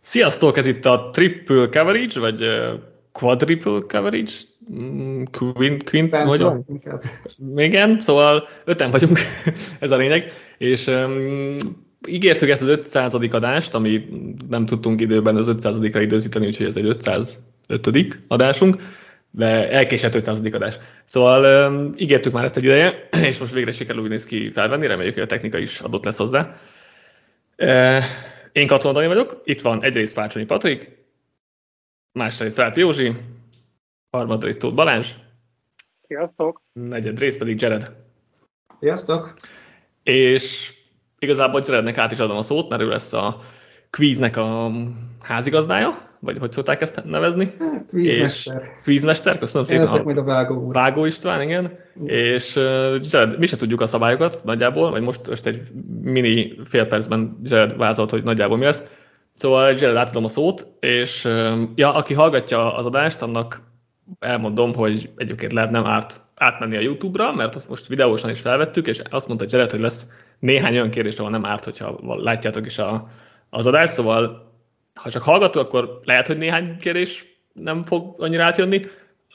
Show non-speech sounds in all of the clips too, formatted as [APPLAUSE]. Sziasztok, ez itt a Triple Coverage, vagy uh, Quadruple Coverage? Mm, Quint, quint Bent hogy van, inkább. Igen, szóval öten vagyunk, [LAUGHS] ez a lényeg, és um, ígértük ezt az 500. adást, ami nem tudtunk időben az 500-ra időzíteni, úgyhogy ez egy 505. adásunk, de elkésett 500. adás. Szóval um, ígértük már ezt egy ideje, [CLEARS THROAT] és most végre sikerül úgy néz ki felvenni, reméljük, hogy a technika is adott lesz hozzá. Uh, én Katon Dani vagyok, itt van egyrészt Pácsonyi Patrik, másrészt Ráti Józsi, harmadrészt Tóth Balázs, Sziasztok! negyed rész pedig Jared. Sziasztok! És igazából Jarednek át is adom a szót, mert ő lesz a kvíznek a házigazdája, vagy hogy szokták ezt nevezni? Kvízmester. És kvízmester, köszönöm Én leszek szépen. majd a vágó úr. Vágó István, igen. És uh, Jared, mi se tudjuk a szabályokat nagyjából, vagy most, most egy mini fél percben Jared vázolt, hogy nagyjából mi lesz. Szóval Jared átadom a szót, és uh, ja, aki hallgatja az adást, annak elmondom, hogy egyébként lehet nem árt átmenni a YouTube-ra, mert most videósan is felvettük, és azt mondta Jared, hogy lesz néhány olyan kérdés, ahol nem árt, hogyha val- látjátok is a, az adást, szóval ha csak hallgató, akkor lehet, hogy néhány kérdés nem fog annyira átjönni,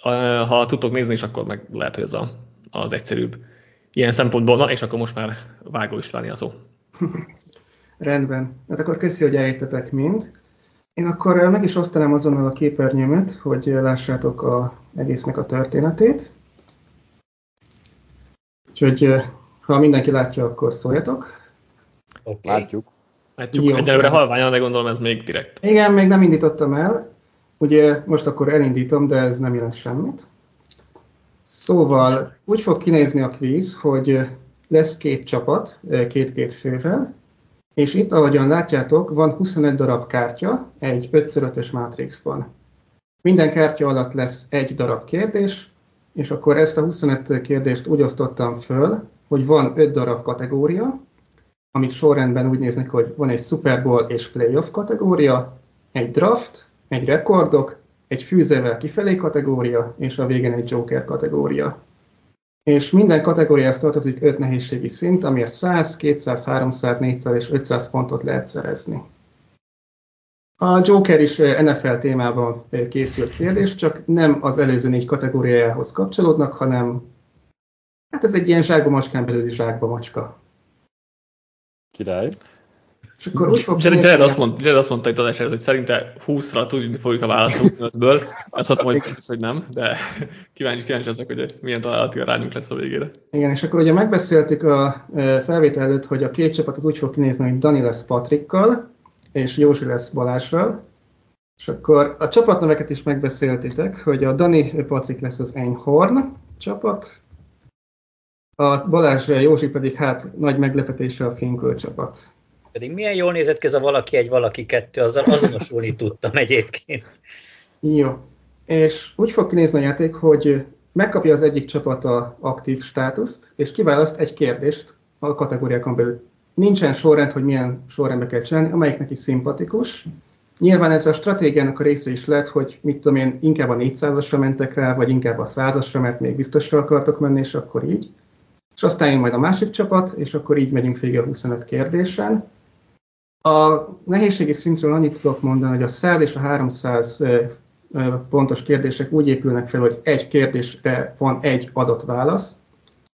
Uh, ha tudtok nézni is, akkor meg lehet, hogy ez a, az egyszerűbb ilyen szempontból. Na, és akkor most már Vágó Istváni a szó. Rendben. Hát akkor köszi, hogy eljöttetek mind. Én akkor eh, meg is osztanám azonnal a képernyőmet, hogy eh, lássátok a egésznek a történetét. Úgyhogy eh, ha mindenki látja, akkor szóljatok. Okay. Látjuk. Hát csak Jó. egyelőre halványan, de gondolom ez még direkt. Igen, még nem indítottam el. Ugye most akkor elindítom, de ez nem jelent semmit. Szóval úgy fog kinézni a kvíz, hogy lesz két csapat, két-két fővel, és itt, ahogyan látjátok, van 25 darab kártya egy 5x5-ös mátrixban. Minden kártya alatt lesz egy darab kérdés, és akkor ezt a 25 kérdést úgy osztottam föl, hogy van 5 darab kategória, amik sorrendben úgy néznek, hogy van egy Super Bowl és playoff kategória, egy draft, egy rekordok, egy fűzővel kifelé kategória, és a végén egy Joker kategória. És minden kategóriához tartozik 5 nehézségi szint, amiért 100, 200, 300, 400 és 500 pontot lehet szerezni. A Joker is eh, NFL témában eh, készült kérdés, csak nem az előző négy kategóriájához kapcsolódnak, hanem hát ez egy ilyen zsákba macskán belüli zsákba macska. Király. És akkor úgy fog Jared, kinézni- Jared, azt mond, Jared azt mondta itt adás előtt, hogy szerinte 20-ra tudni fogjuk a választ 25-ből. Azt mondtam, hogy biztos, hogy nem, de kíváncsi, kíváncsi leszek, hogy milyen találati arányunk lesz a végére. Igen, és akkor ugye megbeszéltük a ö, felvétel előtt, hogy a két csapat az úgy fog kinézni, hogy Dani lesz Patrikkal, és Józsi lesz Balással. És akkor a csapatneveket is megbeszéltétek, hogy a Dani ö, Patrik lesz az Enyhorn csapat, a Balázs ö, Józsi pedig hát nagy meglepetése a Finköl csapat. Pedig milyen jól nézett ki ez a valaki egy, valaki kettő, azzal azonosulni tudtam egyébként. Jó. És úgy fog kinézni a játék, hogy megkapja az egyik csapat a aktív státuszt, és kiválaszt egy kérdést a kategóriákon belül. Nincsen sorrend, hogy milyen sorrendbe kell csinálni, amelyik neki szimpatikus. Nyilván ez a stratégiának a része is lehet, hogy mit tudom én, inkább a 400-asra mentek rá, vagy inkább a 100-asra, mert még biztosra akartok menni, és akkor így. És aztán jön majd a másik csapat, és akkor így megyünk végig a 25 kérdésen. A nehézségi szintről annyit tudok mondani, hogy a 100 és a 300 ö, ö, pontos kérdések úgy épülnek fel, hogy egy kérdésre van egy adott válasz.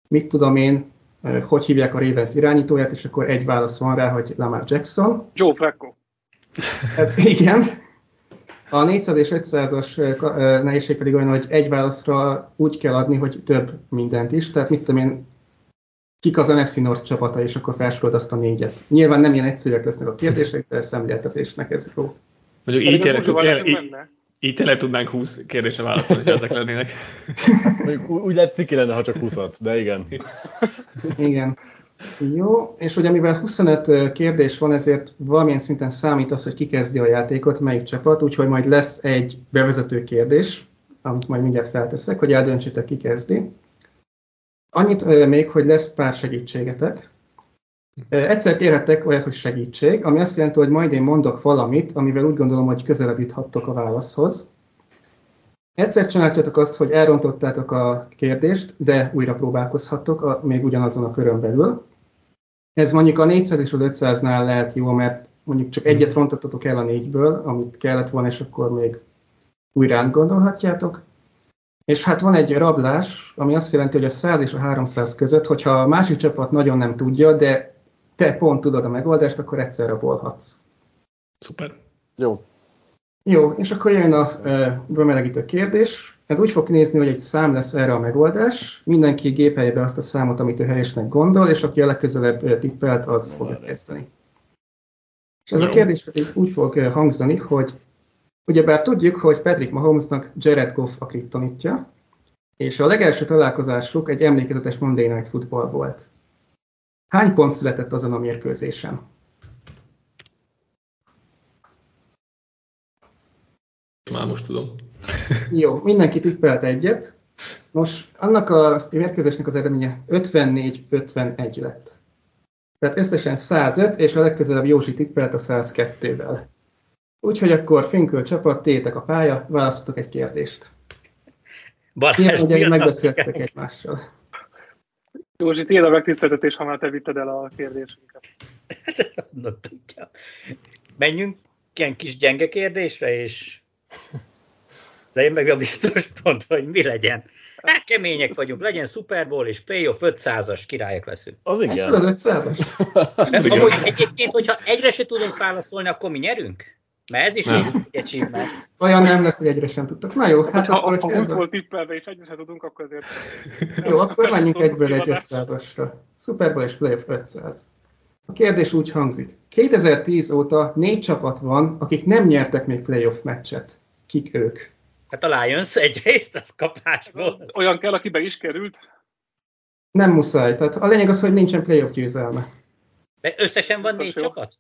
Mit tudom én, ö, hogy hívják a Ravens irányítóját, és akkor egy válasz van rá, hogy Lamar Jackson. Joe Flacco. Hát igen. A 400 és 500-as ö, ka- ö, nehézség pedig olyan, hogy egy válaszra úgy kell adni, hogy több mindent is. Tehát mit tudom én, kik az NFC North csapata, és akkor felsorold azt a négyet. Nyilván nem ilyen egyszerűek lesznek a kérdések, de szemléltetésnek ez jó. Mondjuk így Pedig tényleg, az Uruguay tud- nekünk így, benne. így tényleg tudnánk 20 kérdésre válaszolni, ha ezek lennének. Mondjuk ú- úgy látszik, ki lenne, ha csak 20 de igen. Igen. Jó, és ugye mivel 25 kérdés van, ezért valamilyen szinten számít az, hogy ki kezdi a játékot, melyik csapat, úgyhogy majd lesz egy bevezető kérdés, amit majd mindjárt felteszek, hogy eldöntsétek, ki kezdi. Annyit ö, még, hogy lesz pár segítségetek. Ö, Egyszer kérhettek olyat, hogy segítség, ami azt jelenti, hogy majd én mondok valamit, amivel úgy gondolom, hogy közelebb juthattok a válaszhoz. Egyszer csináltatok azt, hogy elrontottátok a kérdést, de újra próbálkozhattok, a, még ugyanazon a körön belül. Ez mondjuk a 400 és az 500-nál lehet jó, mert mondjuk csak egyet rontottatok el a négyből, amit kellett volna, és akkor még újra gondolhatjátok. És hát van egy rablás, ami azt jelenti, hogy a 100 és a 300 között, hogyha a másik csapat nagyon nem tudja, de te pont tudod a megoldást, akkor egyszer rabolhatsz. Szuper. Jó. Jó, és akkor jön a ö, bemelegítő kérdés. Ez úgy fog nézni, hogy egy szám lesz erre a megoldás. Mindenki gépelje be azt a számot, amit ő helyesnek gondol, és aki a legközelebb ö, tippelt, az fogja kezdeni. És ez a Jó. kérdés pedig úgy fog ö, hangzani, hogy ugyebár tudjuk, hogy Patrick Mahomesnak Jared Goff a kriptonitja, és a legelső találkozásuk egy emlékezetes Monday Night Football volt. Hány pont született azon a mérkőzésen? Már most tudom. Jó, mindenki tippelt egyet. Nos, annak a mérkőzésnek az eredménye 54-51 lett. Tehát összesen 105, és a legközelebb Józsi tippelt a 102-vel. Úgyhogy akkor Finköl csapat, tétek a pálya, választotok egy kérdést. Balázs, Milyen ugye pillanat- megbeszéltek egymássál? Józsi, tiéd a megtiszteltetés, ha már te vitted el a kérdésünket. Na, tudja. Menjünk ilyen kis gyenge kérdésre, és de én meg a biztos pont, hogy mi legyen. Hát kemények vagyunk, legyen Super Bowl és playoff 500-as királyok leszünk. Az Hát Tudod, igen. hogy százas? Ez igen. amúgy egyébként, hogyha egyre se tudunk válaszolni, akkor mi nyerünk? Mert ez is Nem. egy achievement. Olyan nem lesz, hogy egyre sem tudtak. Na jó, hát Hát, ha, akkor, ha hogy 20 ez a... volt tippelve, és egyre se tudunk, akkor azért... Jó, akkor menjünk Tudunk egyből egy kivadást. 500-asra. Super Bowl és Playoff 500. A kérdés úgy hangzik. 2010 óta négy csapat van, akik nem nyertek még playoff meccset. Kik ők? Hát a Lions egyrészt, az kapásból. Olyan kell, akibe is került. Nem muszáj. Tehát a lényeg az, hogy nincsen playoff győzelme. De összesen van Viszont négy jó. csapat?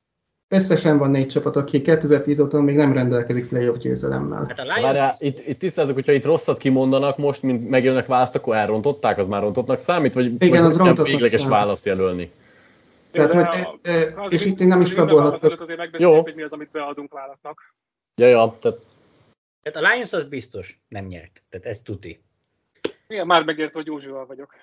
Összesen van négy csapat, aki 2010 óta még nem rendelkezik playoff győzelemmel. Hát a Várjál, Lions... itt, itt tisztázok, hogyha itt rosszat kimondanak most, mint megjönnek választ, akkor elrontották, az már rontottnak számít, vagy, Igen, vagy az nem rontottnak végleges számít. választ jelölni? Tehát, De hogy- a- e- e- az és én- itt én nem is az én rabolhatok. beválaszolok, Azért megbeszéljük, Jó. hogy mi az, amit beadunk válasznak. Ja, ja, tehát Tehát a Lions az biztos nem nyert. Tehát ez tuti. Igen, már megért, hogy Józsival vagyok.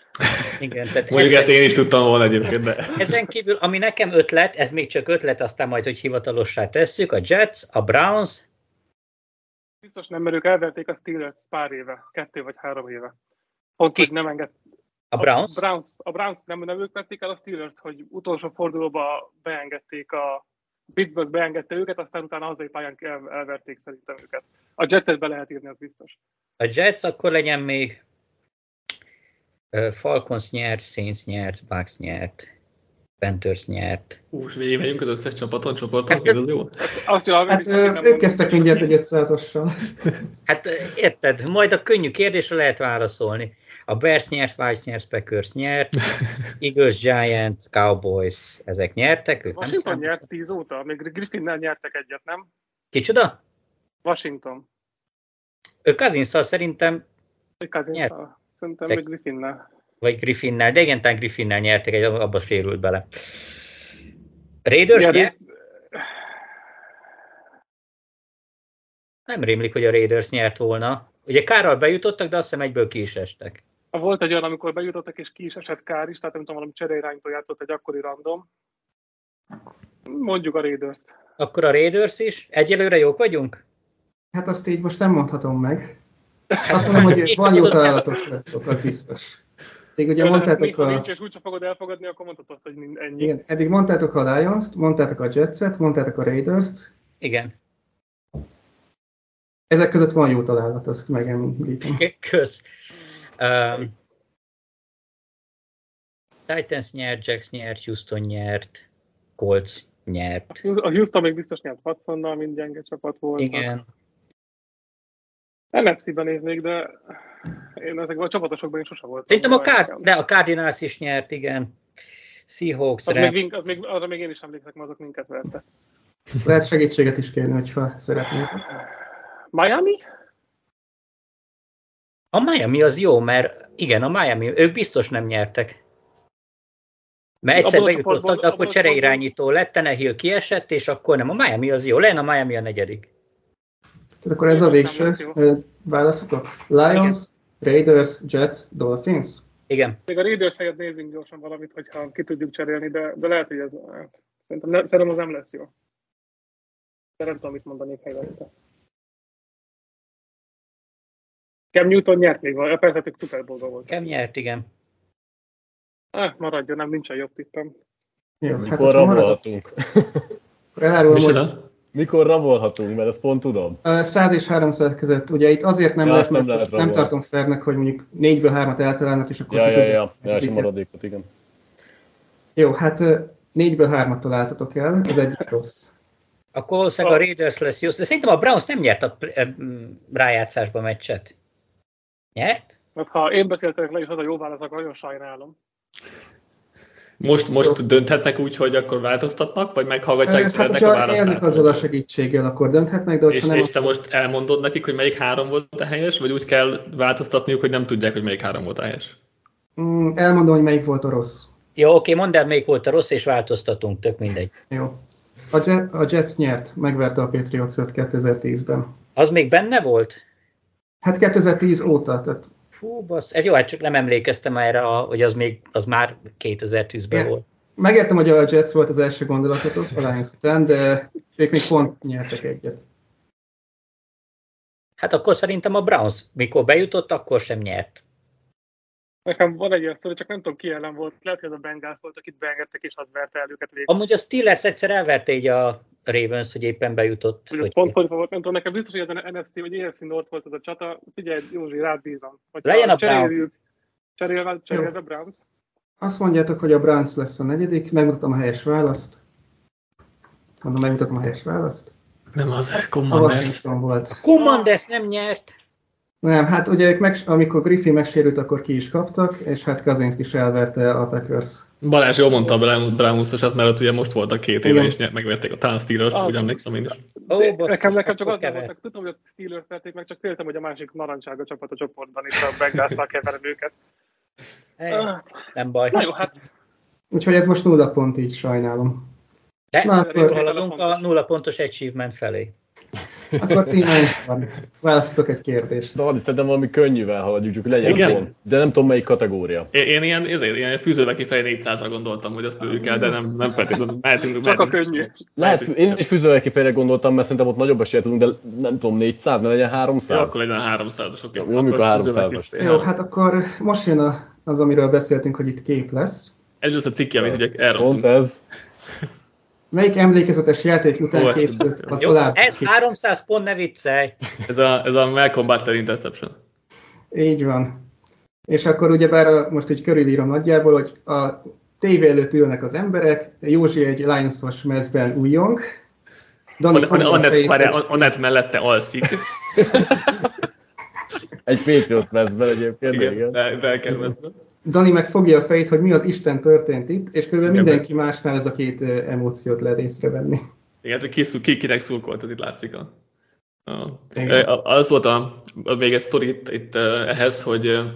Igen, tehát Mondjuk ez- ezt én is tudtam volna egyébként, de... Ezen kívül, ami nekem ötlet, ez még csak ötlet, aztán majd, hogy hivatalossá tesszük, a Jets, a Browns, Biztos nem, mert ők elverték a Steelers pár éve, kettő vagy három éve. Pont, Ki? hogy nem enged. a Browns, A Browns, a Browns nem, nem ők vették el a Steelers-t, hogy utolsó fordulóba beengedték a Pittsburgh beengedte őket, aztán utána hazai pályán el, elverték szerintem őket. A Jetset be lehet írni, az biztos. a Jets, akkor legyen még ö, Falcons nyert, Saints nyert, Bucks nyert, Panthers nyert. Hú, és végig megyünk az összes csapaton, csoporton, ez az jó? Azt csinálom, Hát biztos, hogy ö, nem ők mondom. kezdtek mindjárt egy 500-assal. Hát ö, érted, majd a könnyű kérdésre lehet válaszolni. A Bears nyert, Vikes nyert, Packers nyert, Eagles, Giants, Cowboys, ezek nyertek? Ők nem Washington számít? nyert 10 óta, még Griffinnel nyertek egyet, nem? Kicsoda? Washington. Ő Kazinszal szerintem Vagy Kazinszal. Szerintem Te- még Griffinnel. vagy Griffinnel, de igen, talán Griffinnel nyertek, egy abba sérült bele. Raiders nyert? Igen, részt, Nem rémlik, hogy a Raiders nyert volna. Ugye Kárral bejutottak, de azt hiszem egyből ki is estek. volt egy olyan, amikor bejutottak, és ki is esett kár is, tehát nem tudom, valami csereirányító játszott egy akkori random. Mondjuk a raiders -t. Akkor a Raiders is? Egyelőre jók vagyunk? Hát azt így most nem mondhatom meg. Azt mondom, hogy van jó találatok, vagytok, az biztos. Még ugye mondtátok a... a... Nincs, és úgyse fogod elfogadni, akkor mondhatod, hogy mind- ennyi. Igen, eddig mondtátok a Lions-t, mondtátok a Jets-et, mondtátok a Raiders-t. Igen. [LAUGHS] Ezek között van jó találat, azt megemlítem. Kösz. Um, Titans nyert, Jax nyert, Houston nyert, Colts nyert. A Houston még biztos nyert Watsonnal, mind gyenge csapat volt. Igen. NFC-ben néznék, de én ezekben a csapatosokban én sose voltam. Szerintem a, Card- Nekem. de a Cardinals is nyert, igen. Seahawks, Az Hát még, Rams. vink- az még, arra még én is emlékszek, mert azok minket vertek. Lehet segítséget is kérni, hogyha szeretnétek. Miami? A Miami az jó, mert igen, a Miami, ők biztos nem nyertek. Mert Abból egyszer a bejutottak, csoportból- de abból akkor a csereirányító lett, Tenehill kiesett, és akkor nem. A Miami az jó, lenne a Miami a negyedik. Tehát akkor ez a végső ö, válaszotok. Lions, Raiders, Jets, Dolphins. Igen. Még a Raiders helyett nézzünk gyorsan valamit, hogyha ki tudjuk cserélni, de, de lehet, hogy ez... Szerintem, ne, szerintem az nem lesz jó. de nem tudom, mit mondanék helyette. Cam Newton nyert még, vagy- persze, hogy Super Bowl-ban volt. Kem nyert, igen. Eh, maradjon, nem, nincsen jobb tippem. Jó, hát Mikor ha maradok, rabolhatunk? akkor elárulom, hogy Micsoda? Mikor rabolhatunk, mert ezt pont tudom. Ö, 100 és 300 között, ugye itt azért nem Ja, lehet, azt nem mert lehet ezt nem rabolni. tartom fernek, hogy mondjuk 4-ből 3-at eltalálnak, és akkor Ja, ja, kitudják. ja, ja, és a maradékot, igen. Jó, hát ö, 4-ből 3-at találtatok el, ez egy rossz. Akkor valószínűleg a Raiders lesz jó, de szerintem a Browns nem nyert a pl- em, rájátszásban meccset. Nyert? Mert ha én beszéltek le, és az a jó válasz, akkor nagyon sajnálom. Most, most dönthetnek úgy, hogy akkor változtatnak, vagy meghallgatják hát, Jarednek a hogyha élnek azzal a választát? segítséggel, akkor dönthetnek, de És, hogyha nem, és te most elmondod nekik, hogy melyik három volt a helyes, vagy úgy kell változtatniuk, hogy nem tudják, hogy melyik három volt a helyes? Mm, elmondom, hogy melyik volt a rossz. Jó, oké, mondd el, melyik volt a rossz, és változtatunk, tök mindegy. Jó. A, Jet, a Jets nyert, megverte a Patriots 5 2010-ben. Az még benne volt? Hát 2010 óta, tehát Fú, basz, ez jó, hát csak nem emlékeztem erre, a, hogy az még, az már 2010-ben Igen. volt. megértem, hogy a Jets volt az első gondolatotok a Lions után, de ők még pont nyertek egyet. Hát akkor szerintem a Browns, mikor bejutott, akkor sem nyert. Nekem van egy ilyen szó, csak nem tudom ki ellen volt. Lehet, hogy ez a Bengals volt, akit beengedtek, és az verte el őket végül. Amúgy a Steelers egyszer elverte így a Ravens, hogy éppen bejutott. Hogy ez Hogy- pont fordítva volt, nem tudom, nekem biztos, hogy ez a NFC vagy AFC North volt az a csata. Figyelj, Józsi, rád bízom. Hogyha Legyen a cseréljük- Cserélve, cserélve Jó. a Browns. Azt mondjátok, hogy a Browns lesz a negyedik, megmutatom a helyes választ. Mondom, megmutatom a helyes választ. Nem az, A Commanders. Washington volt. Commanders nem nyert. Nem, hát ugye ők meg, amikor Griffin megsérült, akkor ki is kaptak, és hát Kazinsz is elverte a Packers. Balázs jól mondta a Brown- Browns-osat, mert ott ugye most voltak két éve, Igen. és nyert- megverték a Town Steelers-t, Ah. úgy emlékszem én is. Ó, De basszus, nekem, nekem akkor csak az kevert. volt, tudtam, hogy a Steelers verték meg, csak féltem, hogy a másik narancsága csapat a csoportban itt a Bengalszal keverem őket. Eh, Ah, Nem baj. Na jó, hát Úgyhogy ez most nulla pont, így sajnálom. De Na, akkor- jól haladunk a nulla pontos achievement felé. Akkor ti van. Választatok egy kérdést. De Hadi, Szóval szerintem valami könnyűvel haladjuk, csak legyen Igen. pont. De nem tudom, melyik kategória. Én, én ilyen, ezért, ilyen fűzőbe kifelé 400-ra gondoltam, hogy azt lőjük el, de nem, nem feltétlenül. Mehetünk, csak a mehetünk. könnyű. Lehet, én is fűzővel kifejre gondoltam, mert szerintem ott nagyobb esélye tudunk, de nem tudom, 400, ne legyen Jó, 300. akkor legyen a 300-as, oké. Jó, mondjuk a Akkor fűzőbe 300-as. kifelé. Jó, hát akkor most jön a, az, amiről beszéltünk, hogy itt kép lesz. Ez lesz a cikkje, amit ugye Pont elrontunk. ez. Melyik emlékezetes játék után Ó, Ó, ezt készült tudom. az Jó, alábbi ez kép? 300 pont, ne viccelj. Ez a, ez a Malcolm Butler interception. Így van. És akkor ugyebár a, most így körülírom nagyjából, hogy a tévé előtt ülnek az emberek, Józsi egy Lions-os mezben újjong, Dani On- on- fogja a Annett, fejét, várjál, hogy- on- Annett mellette alszik. Egy Patriots veszben egyébként, de Igen, igen. be- belkerülve. Dani meg fogja a fejét, hogy mi az Isten történt itt, és körülbelül Igen, mindenki másnál ez a két ö, emóciót lehet észrevenni. Igen, hát ki, szú- ki kinek szurkolt, az itt látszik. A, a, Igen. a- az volt a, a, még egy sztori itt, itt eh, ehhez, hogy eh,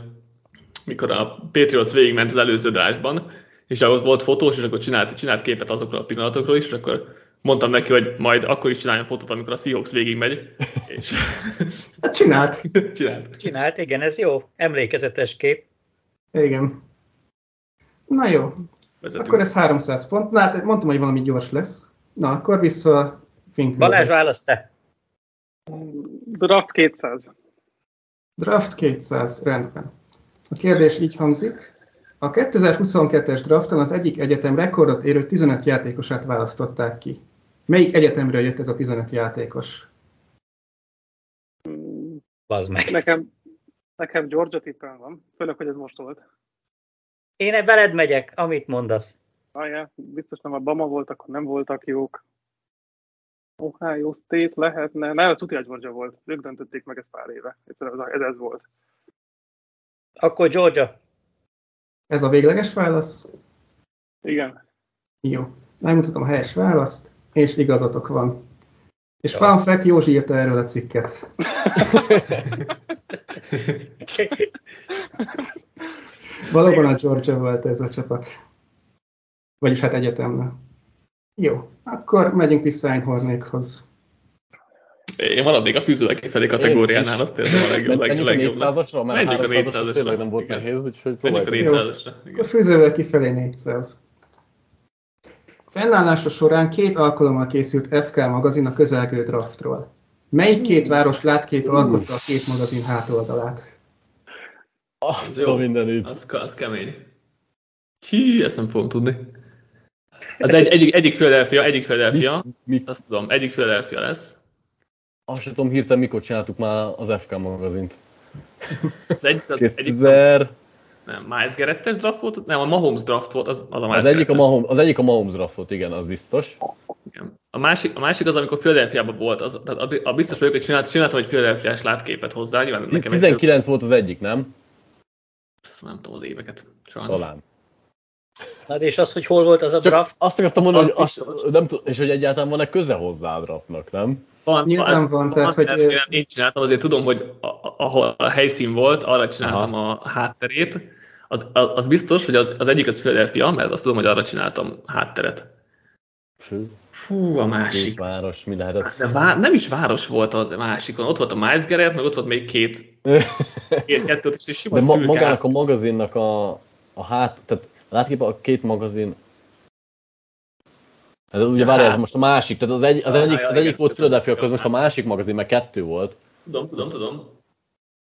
mikor a Patriots végigment az előző drive-ban, és akkor volt fotós, és akkor csinált, csinált képet azokról a pillanatokról is, és akkor mondtam neki, hogy majd akkor is csináljon fotót, amikor a Seahawks végigmegy, és [LAUGHS] Hát csinált. csinált. Csinált, igen, ez jó. Emlékezetes kép. Igen. Na jó, Vezetünk. akkor ez 300 pont. Na, hát mondtam, hogy valami gyors lesz. Na, akkor vissza a Finkről. Balázs választ te. Draft 200. Draft 200, rendben. A kérdés így hangzik. A 2022-es drafton az egyik egyetem rekordot érő 15 játékosát választották ki. Melyik egyetemről jött ez a 15 játékos? Bazd meg. Nekem, nekem Georgia tippem van, főleg, hogy ez most volt. Én veled megyek, amit mondasz. Ah, yeah. biztos nem a Bama volt, akkor nem voltak jók. Ohio State lehetne. Nem, a Tutia Georgia volt. Ők döntötték meg ezt pár éve. Ez, ez, ez volt. Akkor Georgia. Ez a végleges válasz? Igen. Jó. Megmutatom a helyes választ, és igazatok van. És Jó. fun fact, Józsi írta erről a cikket. Valóban a Georgia volt ez a csapat. Vagyis hát egyetemben. Jó, akkor megyünk vissza Einhornékhoz. Én maradnék a fűzőleg kifelé kategóriánál, Én azt tényleg a legjobb, Menjünk legjobb, a legjobb. 400-asra, mert a Menjünk a 300-asra 400-asra. tényleg nem volt Igen. nehéz, úgyhogy Menjünk a próbáljuk. 400-asra. Akkor igen. főzővel kifelé 400. Fennállása során két alkalommal készült FK magazin a közelgő draftról. Melyik két város látkép alkotta a két magazin hátoldalát? Azt Jó. Hát- a mindenütt. Az, az kemény. Hí, ezt nem fogom tudni. Az egy, egyik, egyik Philadelphia, egyik Philadelphia, Mi, azt tudom, egyik Philadelphia lesz. azt sem tudom hirtelen, mikor csináltuk már az FK magazint. Az egyik, az egyik 2000, nem, Miles Garrettes draft volt, nem, a Mahomes draft volt, az, az a Miles az, egyik a Garrettes. Mahomes, az egyik a Mahomes draft volt, igen, az biztos. Igen. A másik, a másik az, amikor Philadelphiában volt, az, tehát a, a biztos vagyok, hogy csinált, csináltam egy Philadelphiás látképet hozzá, nyilván nekem egy 19 volt az egyik, nem? Azt nem tudom az éveket, sajnos. Talán. Na, de hát és az, hogy hol volt az a Csak draft, azt akartam mondani, Az hogy azt, biztos. nem tud, és hogy egyáltalán van-e köze hozzá a draftnak, nem? Van, Nyilván van, tehát, hogy- nem, én nem én csináltam, azért tudom, hogy a- a- ahol a helyszín volt, arra csináltam a hátterét. Az, az, az biztos, hogy az, az egyik az Philadelphia, mert azt tudom, hogy arra csináltam hátteret. Fő, Fú, a másik. város, mi lehetett. De vá- nem is város volt az a másikon. Ott volt a Miles Garrett, meg ott volt még két, két kettőt, és sima De ma, szürke magának magának... a magazinnak a, a hát, tehát látképp a két magazin, ez ugye várj, ez Hát. most a másik, tehát az, egy, az Ah, egyik, ja, az igen, egyik tudom, volt Philadelphia, akkor tudom, most a hát. másik magazin, meg kettő volt. Tudom, tudom, tudom.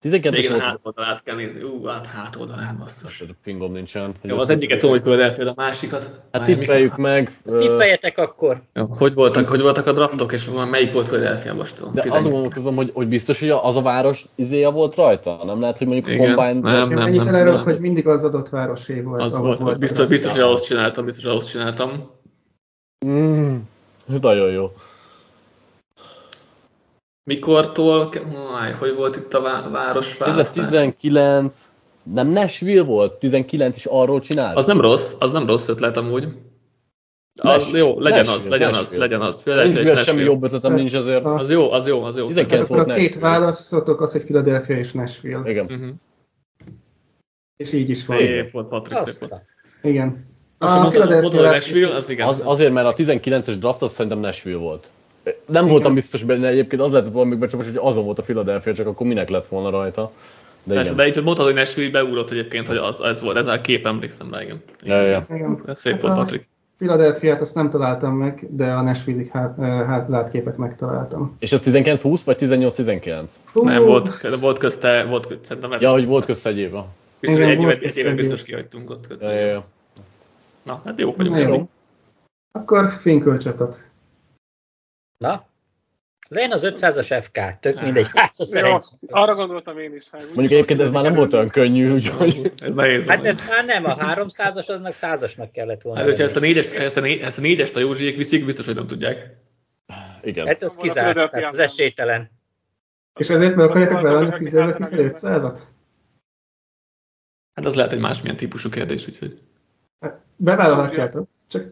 12 Végén a volt, az- hátoldalát kell nézni. Ú, hát hátoldalán basszus. a pingom nincsen. hogy Jó, ezt az egyiket tudom, hogy Philadelphia, de a másikat. Hát Várjál, mikor- tippeljük meg, ö, tippeljetek akkor. Jó, hogy voltak, hogy voltak a draftok, és már melyik volt Philadelphia most? tudom, de azon 18. gondolkozom, hogy, hogy biztos, hogy az a város izéja volt rajta? Nem lehet, hogy mondjuk a Igen, Combine... Nem, Nem, Ennyit nem, elárulok, nem. hogy mindig az adott városé volt. Az ahol volt, volt, biztos, biztos, hogy ahhoz csináltam, biztos, hogy ahhoz csináltam. Mm, nagyon jó. Mikortól, Áj, hogy volt itt a vá- Ez városválasztás? 19, nem Nashville volt? 19 is arról csinált? Az nem rossz, az nem rossz ötlet amúgy. Az, Nashville, jó, legyen az, Nashville, legyen az, Nashville. legyen az. Nincs Philadelphia és bőle semmi Nashville. jobb ötletem nincs azért. Ah. Az jó, az jó, az jó. Tizenkettő. Hát szerintem. akkor a két Nashville. válaszotok az, hogy Philadelphia és Nashville. Igen. Mhm. És így is van. Szép volt, Patrik, szép volt. Aztán. Igen. Most mondod, mondod, hogy lát- Nashville, az igen. Az, az- azért, mert a 19-es draft az szerintem Nashville volt. Nem voltam biztos benne egyébként, az lehetett valami becsapás, hogy azon volt a Philadelphia, csak akkor minek lett volna rajta. De Persze, igen. de így, hogy mondtad, hogy Nashville beugrott egyébként, hogy az, ez volt, ez a kép emlékszem rá, igen. Ja, ja, ja. Igen. Ez szép Hát volt, a Patrik. Philadelphiát azt nem találtam meg, de a Nashville-ig hát, ö, hát látképet megtaláltam. És ez 19-20 vagy 18-19? Hú, Nem, volt, de volt közte, volt közte, szerintem lehet, Ja, hogy volt közt egy éve. biztos, igen, egy, volt évet, egy közte évet egy biztos év. kihagytunk ott. közte. Ja, ja, ja. Na, hát jók vagyunk. Na jó. Jó. Akkor Finköl csapat. Na, legyen az 500-as FK, tök mindegy, hát a Jó, szerencsét. arra gondoltam én is. hát úgy Mondjuk egyébként ez már nem volt olyan könnyű, úgyhogy... Ez nehéz Hát volt. ez már nem, a 300-as, aznak 100-asnak kellett volna. Hát, hogyha ezt a lenni. négyest, ezt a, né, ezt a négyest a Józsiék viszik, biztos, hogy nem tudják. Igen. Hát az Volna kizárt, Philadelphia. tehát az esélytelen. És ezért meg akarjátok Azt vállalni a akartam, fizetőbe hogy kifelé 500-at? Hát az lehet egy másmilyen típusú kérdés, úgyhogy. Bevállalhatjátok. Csak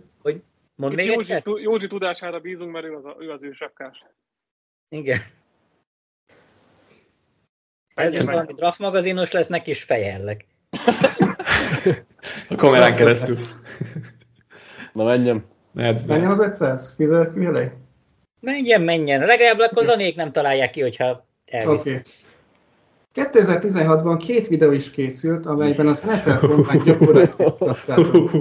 Mond Itt még Józsi, egyszer? tu- Józsi tudására bízunk, mert ő az, a, ő az ősepkás. Igen. Ez Egyen is meg. valami draft magazinos lesz, neki is fejellek. A kamerán Azt keresztül. hát, Na menjem. Mehetsz be. menjen az 500? Fizet kifelé? Menjen, menjen. Legalább akkor Danék nem találják ki, hogyha elvisz. Oké. 2016-ban két videó is készült, amelyben az NFL kormány gyakorlatilag taptáltak.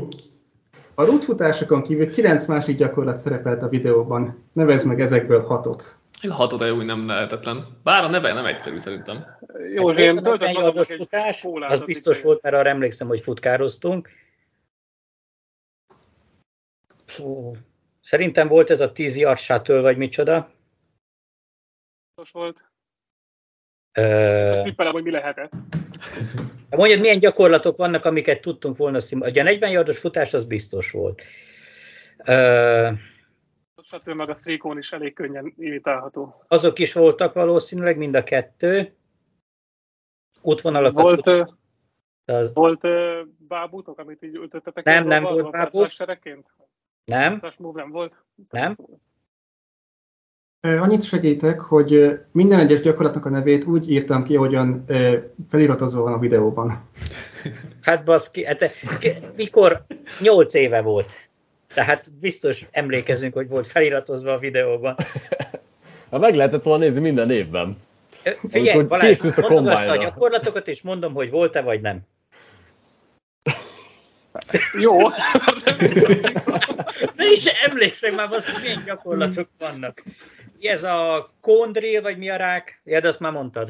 A rútfutásokon kívül 9 másik gyakorlat szerepelt a videóban. Nevezd meg ezekből hatot. Én hatod el, úgy nem lehetetlen. Bár a neve nem egyszerű szerintem. Józsi, én Voltam a töltök magamnak benyardos egy futás, pólát, az itt biztos én. volt, mert arra emlékszem, hogy futkároztunk. Fú. Szerintem volt ez a 10 yard shuttle, vagy micsoda. Biztos volt. Ö, Tippelem, hogy mi lehetett. mondjad, milyen gyakorlatok vannak, amiket tudtunk volna szim... Ugye a 40 yardos futás az biztos volt. Ö, Stb. meg a sztrékón is elég könnyen imitálható. azok is voltak valószínűleg, mind a kettő. Útvonalakat Volt, ö, tudta az volt ö, bábútok, amit így ütöttetek? Nem, ilyen nem dolggal, volt a bábú. felszállás seregként? nem, Felszállás move nem volt. nem. Ö, Annyit segítek, hogy ö, minden egyes gyakorlatnak a nevét úgy írtam ki, ahogyan ö, feliratozva van a videóban. Hát baszki, hát te- ke- mikor 8 éve volt. Tehát biztos emlékezünk, hogy volt feliratozva a videóban. Hát meg lehetett volna nézni minden évben. Ö, Eh, Figyelj, Amikor Balázs, készülsz a mondd azt a kombájra. gyakorlatokat, és mondom, hogy volt-e vagy nem. [LAUGHS] Jó. De is emlékszem már, az, hogy milyen gyakorlatok vannak. Ez a kondril, vagy mi a rák? Ja, de azt már mondtad.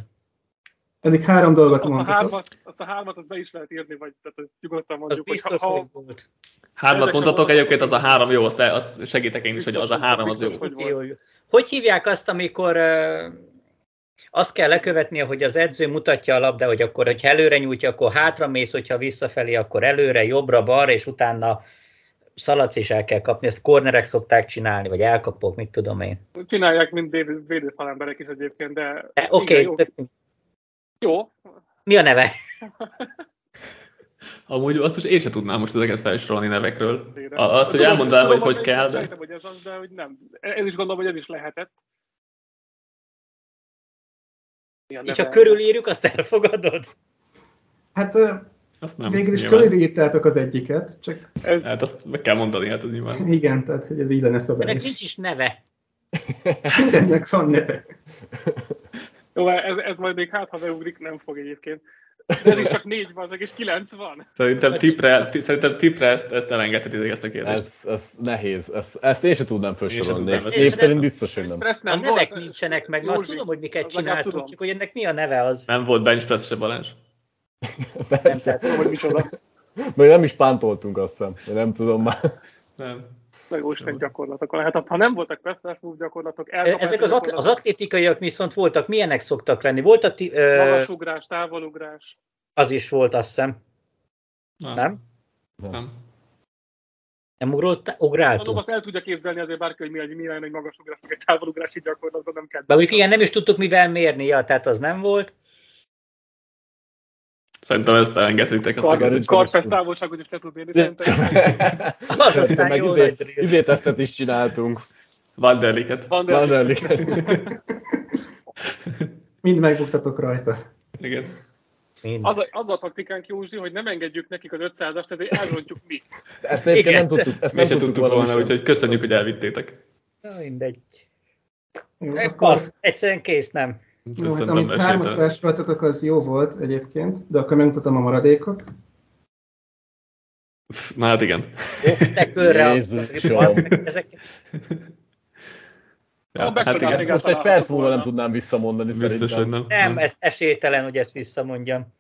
Eddig három dolgot Azt a, mondtatok. hármat, azt a hármat azt be is lehet írni, vagy tehát ezt nyugodtan Az mondjuk, hogy ha, biztos, hogy ha volt. Hármat Érdekes mondhatok, volt. egyébként az a három jó, azt, le- azt segítek én is, hogy az a három az jó. Biztos, hogy Oké, volt. hogy, hogy hívják azt, amikor ö, azt kell lekövetnie, hogy az edző mutatja a labda, hogy akkor, hogyha előre nyújtja, akkor hátra mész, hogyha visszafelé, akkor előre, jobbra, balra, és utána szaladsz is el kell kapni. Ezt kornerek szokták csinálni, vagy elkapok, mit tudom én. csinálják mind véd- védőfal emberek is egyébként, de De, igen, Oké, jó. okay, jó. mi a neve? Amúgy azt most én sem tudnám most ezeket felsorolni nevekről. Tényleg. A- Az, hogy Tudom, elmondanám, hogy tudom, hogy kell, de Sejtem, hogy ez az, de hogy nem. Ez is gondolom, hogy ez is lehetett. Mi a Így ha neve? körülírjuk, azt elfogadod? Hát ö, azt nem. végül is nyilván. körülírtátok az egyiket, csak Ez, Hát azt meg kell mondani, hát az nyilván. igen, tehát hogy ez így lenne Ennek szabályos. nincs is neve. Mindennek van neve. jó, ez, ez majd még hát, ha beugrik, nem fog egyébként. De ez is csak négy van, és kilenc van. Szerintem tipre, ti- szerintem tipre ezt, ezt elengedhetitek ezt a kérdést. Ez, ez nehéz. Ezt, ezt én sem tudnám tudnám, felsorolni. Név, ezt- név szerint biztos, hogy nem. Stressz Nem, nem a nevek volt. nincsenek meg, mert azt tudom, hogy miket az legalább csináltunk, tudom. csak hogy ennek mi a neve az. Nem volt bench press se Balázs. Persze. Hát, Tudom, hogy micsoda. Még nem is pántoltunk azt hiszem. Én nem tudom már. Nem. Megóisten gyakorlatok. Hát ha nem voltak persze move gyakorlatok, elkapás E, Ezek az, atl- az gyakorlatok, atlétikaiak viszont voltak, milyenek szoktak lenni? Volt a ti- ö, magasugrás, távolugrás. az is volt, azt hiszem. Nem? Nem. Nem ugrolt, Mondom, ugráltunk. azt el tudja képzelni azért bárki, hogy mi, egy- mi lenne egy magasugrás, meg egy távolugrási gyakorlatban nem kell. Bár mondjuk igen, nem is tudtuk mivel mérni, ja, tehát az nem volt. Szerintem ezt elengedhetitek ezt a Kar- kérdést. Kar- Karpesz távolságot is le tud mérni, szerintem. Az Persze, aztán meg jó izé, nagy drill. izé tesztet is csináltunk. Vanderliket. Van, de Vanderliket. Mind megbuktatok rajta. Igen. Mind. az, a, az a taktikánk, Józsi, hogy nem engedjük nekik az 500-ast, ezért elrontjuk mi. Ezt egyébként Igen. nem tudtuk. Ezt Mi nem se tudtuk volna, úgyhogy köszönjük, hogy elvittétek. Na, Mindegy. Jó, Akkor... akkor, Passz, egyszerűen kész, nem. jó, hát, Köszöntöm amit hármat esélytelen. felsoroltatok, az jó volt egyébként, de akkor megmutatom a maradékot. Pff, Na hát igen. Te körre. Jézusom. Ezek... Ja, Ha hát megtalálják. igen. Ezt most egy perc múlva nem tudnám visszamondani Biztos, hogy szerintem. nem. Nem, ez esélytelen, hogy ezt visszamondjam.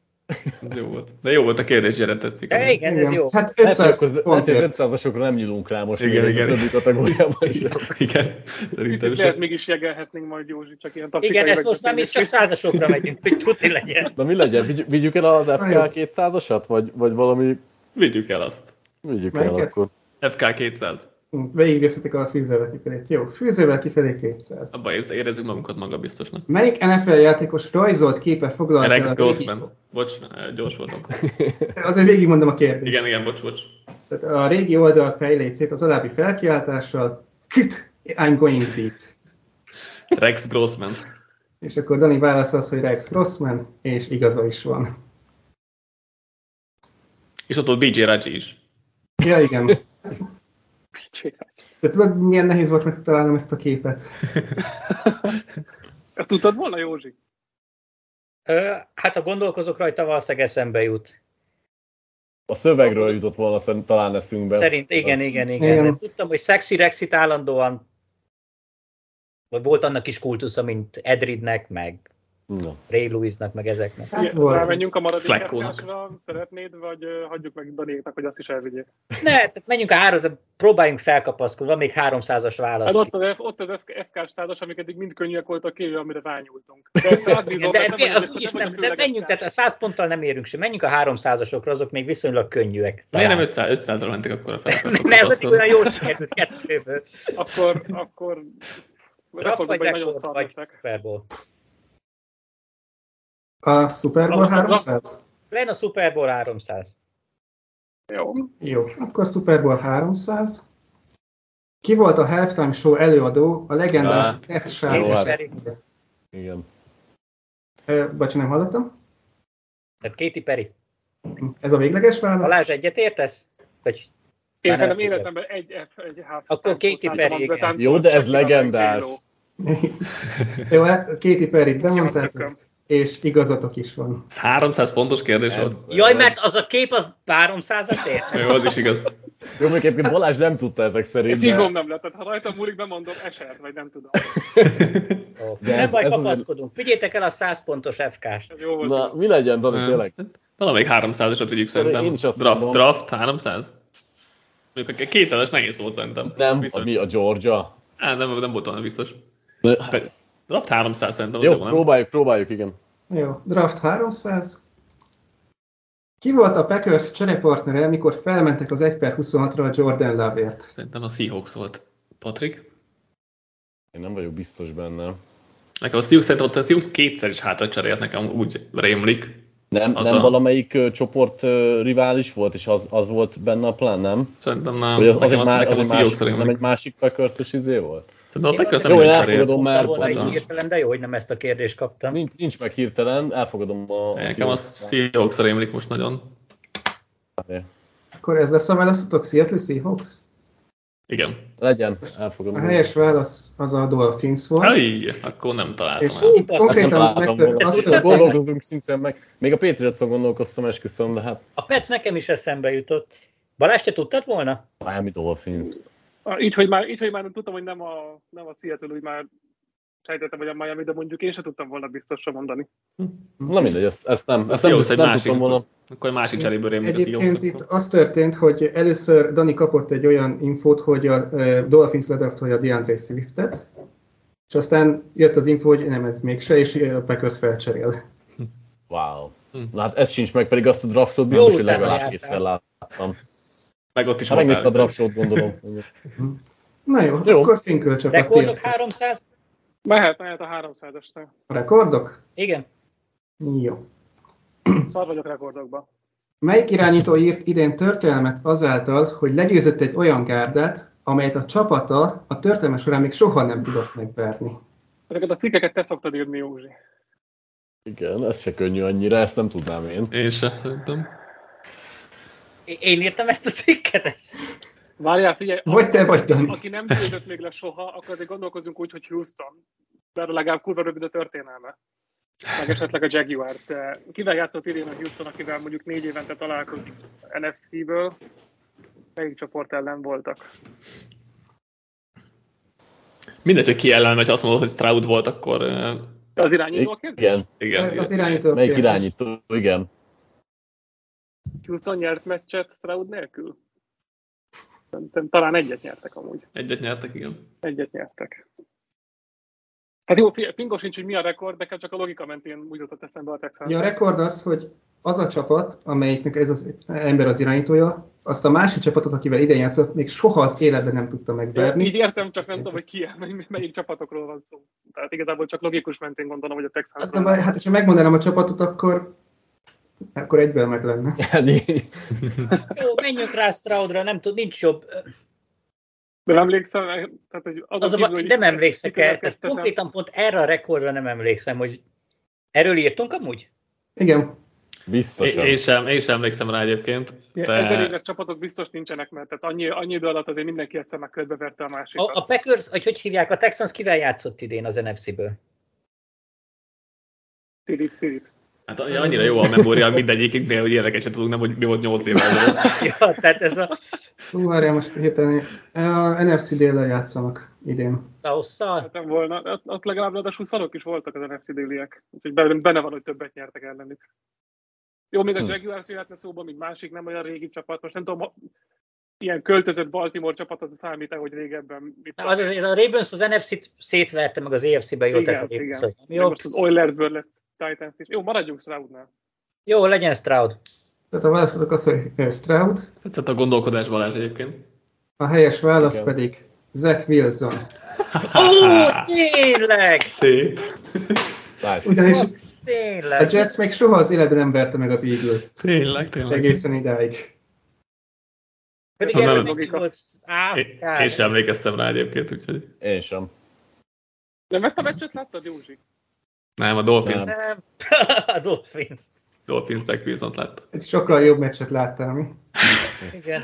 Ez Jó volt. De jó volt a kérdés, Jere tetszik. De igen, ez jó. Hát Lehet, hogy 500 akkor- lehet, hogy pontért. 500-asokra nem nyúlunk rá most Igen, igen, még igen. igen. a többi kategóriában is. Igen, szerintem Itt is. lehet mégis jegelhetnénk majd Józsi, csak ilyen taktikai Igen, ezt most nem is csak megbeszélés. százasokra megyünk, hogy tudni legyen. Na mi legyen? Vigy, vigyük el az jó. FK 200-asat? Vagy, vagy valami... Vigyük el azt. Vigyük el Melyiket? akkor. FK 200. Hm, Végigviszitek a fűzővel kifelé. Jó, fűzővel kifelé 200. Abba érz- érezzük magunkat magabiztosnak. Melyik NFL játékos rajzolt képe foglalta Rex a Grossman. Bocs, gyors voltam. régi... Azért végigmondom a kérdést. Igen, igen, bocs, bocs. Tehát a régi oldal fejlécét az alábbi felkiáltással, küt, I'm going deep. Rex Grossman. És akkor Dani válasz az, hogy Rex Grossman, és igaza is van. És ott volt BJ Raji is. Ja, igen. De tudod, milyen nehéz volt megtalálnom ezt a képet? Ezt tudtad volna, Józsi? Ö, Hát ha gondolkozok rajta, valószínűleg eszembe jut. A szövegről jutott volna szerint, talán eszünkbe. Szerint, igen, Az- igen, igen. Igen. igen. Tudtam, hogy Sexy Rexit állandóan vagy volt annak is kultusza, mint Edridnek, meg Na. Ray Lewisnak, meg ezeknek. Hát Igen, volt. Rámenjünk a maradék Fleckónak. kártyásra, szeretnéd, vagy ö, hagyjuk meg Daniéknak, hogy azt is elvigyék. Ne, tehát menjünk a három, próbáljunk felkapaszkodni, van még 300-as válasz. Hát ott az, F- ott az FK-s százas, amik eddig mind könnyűek voltak kívül, amire rányúltunk. [LAUGHS] De, ezt Igen, rád bízom, de, tehát de, vagy- az úgyis vagy a nem, de különleges menjünk, tehát a 100 ponttal nem érünk sem. Menjünk a 300-asokra, azok még viszonylag könnyűek. Miért talán. nem 500, 500-ra mentek akkor a felakasszok? Mert eddig olyan jól sikerült kettőből. Akkor, akkor Draft vagy rekordban egy nagyon rekord szar vagy leszek. Super Bowl. A Super Bowl Alapvetően- 300? Legyen a Super Bowl 300. Jó. Jó, akkor Super Bowl 300. Ki volt a Halftime Show előadó, a legendás Á, Death jó, Shadow? hát. Perry. Igen. Ö, Bocsi, nem hallottam. Tehát Katy Perry. Ez a végleges Balázs, válasz? egyet értesz? Vagy Én Már szerintem elfogyott. életemben egy F, egy H. Akkor Katy Perry, igen. Jó, de ez legendás. Jó, hát Katy Perry-t Jó, bemondtátok. tököm. és igazatok is van. Ez 300 pontos kérdés volt. Jaj, mert az a kép az 300 at ért. Jó, az is igaz. Jó, még egyébként Hát- Balázs nem tudta ezek Én szerint. fingom De, nem lett, tehát ha rajtam múlik, bemondom esert, vagy nem tudom. de Nem ez, baj, ez azért, kapaszkodunk. Vigyétek el a 100 pontos FK-st. Ez jó volt. na, mi legyen, Dani, Nem. [LAUGHS] hát tényleg? Valamelyik 300-asat vigyük szerintem. Én is azt draft, mondom. draft, 300? Mondjuk a 200-as nehéz volt szerintem. Nem, a, Viszont, mi a Georgia? á, nem, nem voltam benne biztos. Na, Pe- Draft 300 szerintem, az Jó, jó, nem? próbáljuk, próbáljuk, igen. Jó, draft 300. Ki volt a Packers cserepartnere, mikor felmentek az 1 per 26-ra a Jordan Love-ért? Szerintem a Seahawks volt. Patrik? Én nem vagyok biztos benne. Nekem a Seahawks, szerintem a Seahawks kétszer is hátra cserélt, nekem úgy rémlik. Nem, Az nem a- valamelyik ö, csoport ö, rivális volt, és az, az volt benne a plán, nem? Szerintem nem. Vagy az, az, nekem egy, má, az nekem a egy Seahawks másik, nem rémlik. egy másik packers izé volt? Szerintem a Packers Jó, nem én nagyon elfogadom, cserélt. mert- Volna Pont egy az. hirtelen, de jó, hogy nem ezt a kérdést kaptam. Nincs, nincs meg hirtelen, elfogadom a... Nekem a Seahawks rémlik most nagyon. Akkor ez lesz a válaszotok, Seattle Seahawks? Igen. Legyen, elfogadom. Hát, A helyes válasz az a Dolphins volt. Hely, akkor nem találtam Hát- És el. itt konkrétan találtam megtört, volna. az Hát történt, Gondolkozunk szintén meg. Még a Patriotson gondolkoztam, esküszöm, de hát A perc nekem is eszembe jutott. Balázs, te tudtad volna? Miami Dolphins. Ah, Így, hogy már, így, hogy már tudtam, hogy nem a, nem a Seattle, úgy már sejtettem, hogy a Miami, de mondjuk én sem tudtam volna biztosra mondani. Na mindegy, ezt, ezt nem, ezt Jó, nem, ez ezt egy nem másik. tudtam volna. Akkor egy másik cseréből rémlik a Egyébként Seahawks. itt az történt, hogy először Dani kapott egy olyan infót, hogy a ö, Dolphins ledraftolja DeAndre Swiftet, és aztán jött az info, hogy nem, ez mégse, és ö, a Packers felcserél. Wow. Hm. Na hát ez sincs meg, pedig azt a draftot biztos, hogy utána legalább jártál. kétszer láttam. Meg ott is Ha megnézte a voltál. draftot, gondolom. Na jó, Jó. jó. akkor Finköl csapat Rekordok tiéd. 300? Mehet, mehet a 300-esnek. Rekordok? Igen. Jó. Szar vagyok rekordokban. Melyik irányító írt idén történelmet azáltal, hogy legyőzött egy olyan gárdát, amelyet a csapata a történelme során még soha nem tudott megverni? Ezeket a cikkeket te szoktad írni, Józsi. Igen, ez se könnyű annyira, ezt nem tudnám én. Én se, szerintem. É- Én írtam ezt a cikket? Ez- Várjál, figyelj, Vagy te vagy, Dani. aki nem győzött még le soha, akkor azért gondolkozunk úgy, hogy Houston. Mert legalább kurva rövid a történelme. Meg esetleg a Jaguar. De kivel játszott idén a Houston, akivel mondjuk négy évente találkozik NFC-ből? Melyik csoport ellen voltak? Mindegy, hogy ki ellen, vagy ha azt mondod, hogy Stroud volt, akkor... eh, Te az irányító a kérdés? Igen, Igen. Hát Az igen. irányító melyik kérdés. irányító, igen. [LAUGHS] Houston nyert meccset Stroud nélkül? Szerintem talán egyet nyertek amúgy. Egyet nyertek, igen. Egyet nyertek. Hát jó, fi- pingos sincs, hogy mi a rekord, nekem csak a logika mentén úgy jutott eszembe a Texans. Ugye a rekord az, hogy az a csapat, amelyiknek ez az ember az irányítója, azt a másik csapatot, akivel idén játszott, még soha az életben nem tudta Én Így megverni. értem, csak nem tudom, hogy ki, mely- melyik csapatokról van szó. Tehát igazából csak logikus mentén gondolom, hogy a Hát, de Texansról. baj, hát, hogyha megmondanám a csapatot, akkor, akkor egyből meg lenne. Ennyi. Jó, menjünk rá Stroudra, nem tud, nincs jobb. De nem emlékszem, tehát hogy az, Az a, kívül, ba- hogy nem itt- emlékszek itt el, tehát következtetem. konkrétan pont erre a rekordra nem emlékszem, hogy erről írtunk amúgy? Igen, É- Biztosan. Én sem, én sem emlékszem rá egyébként. Ilyen Ezer De... éves csapatok biztos nincsenek, mert tehát annyi, annyi idő alatt azért mindenki egyszer már körbeverte a másikat. A, a Packers, vagy hogy hívják, a Texans kivel játszott idén az [LAUGHS] NFC-ből? Szirip, szirip. Hát annyira jó a memória mindegyiknél, hogy ilyeneket sem tudunk, nem, hogy mi volt 8 évvel ezelőtt. ja, tehát ez a hú, várjál most hirtelen. eh, A NFC déllel játszanak idén. Taosszal. Szeretem volna. Ott, ott legalább ráadásul szarok is voltak az NFC déliek. Úgyhogy benne, benne van, hogy többet nyertek ellenük. Jó, még a Hm. Jaguars jöhetne szóba, mint másik nem olyan régi csapat. Most nem tudom, ha ilyen költözött Baltimore csapat az számít hogy régebben mit Az, az, az, a Ravens az NFC-t szétverte, meg az AFC-be jó, igen, tehát a Ravens igen. az Jó. jó. Most az Oilersből lett Titans is. Jó, maradjunk Stroudnál. Jó, legyen Stroud. Tehát a válaszotok az, hogy eh, Stroud, Tetszett Hát a gondolkodás Balázs egyébként. a helyes válasz Igen. pedig Zach Wilson. Ó, tényleg! Szép. Nice. Ugyanis Basz, a Tényleg. Hát, Jets még soha az életben nem verte meg az Eagles-t. Tényleg, tényleg. Egészen idáig. Pedig Nem, erről nem. neki volt á, É- kár. Én sem emlékeztem rá egyébként, úgyhogy... Én sem. Nem ezt a meccset láttad, Józsi? Nem, a Dolphins, Nem. Nem. [LAUGHS] A Dolphins. Dolphins Zach Wilson-t láttam. Egy sokkal jobb meccset láttál, mi? Igen.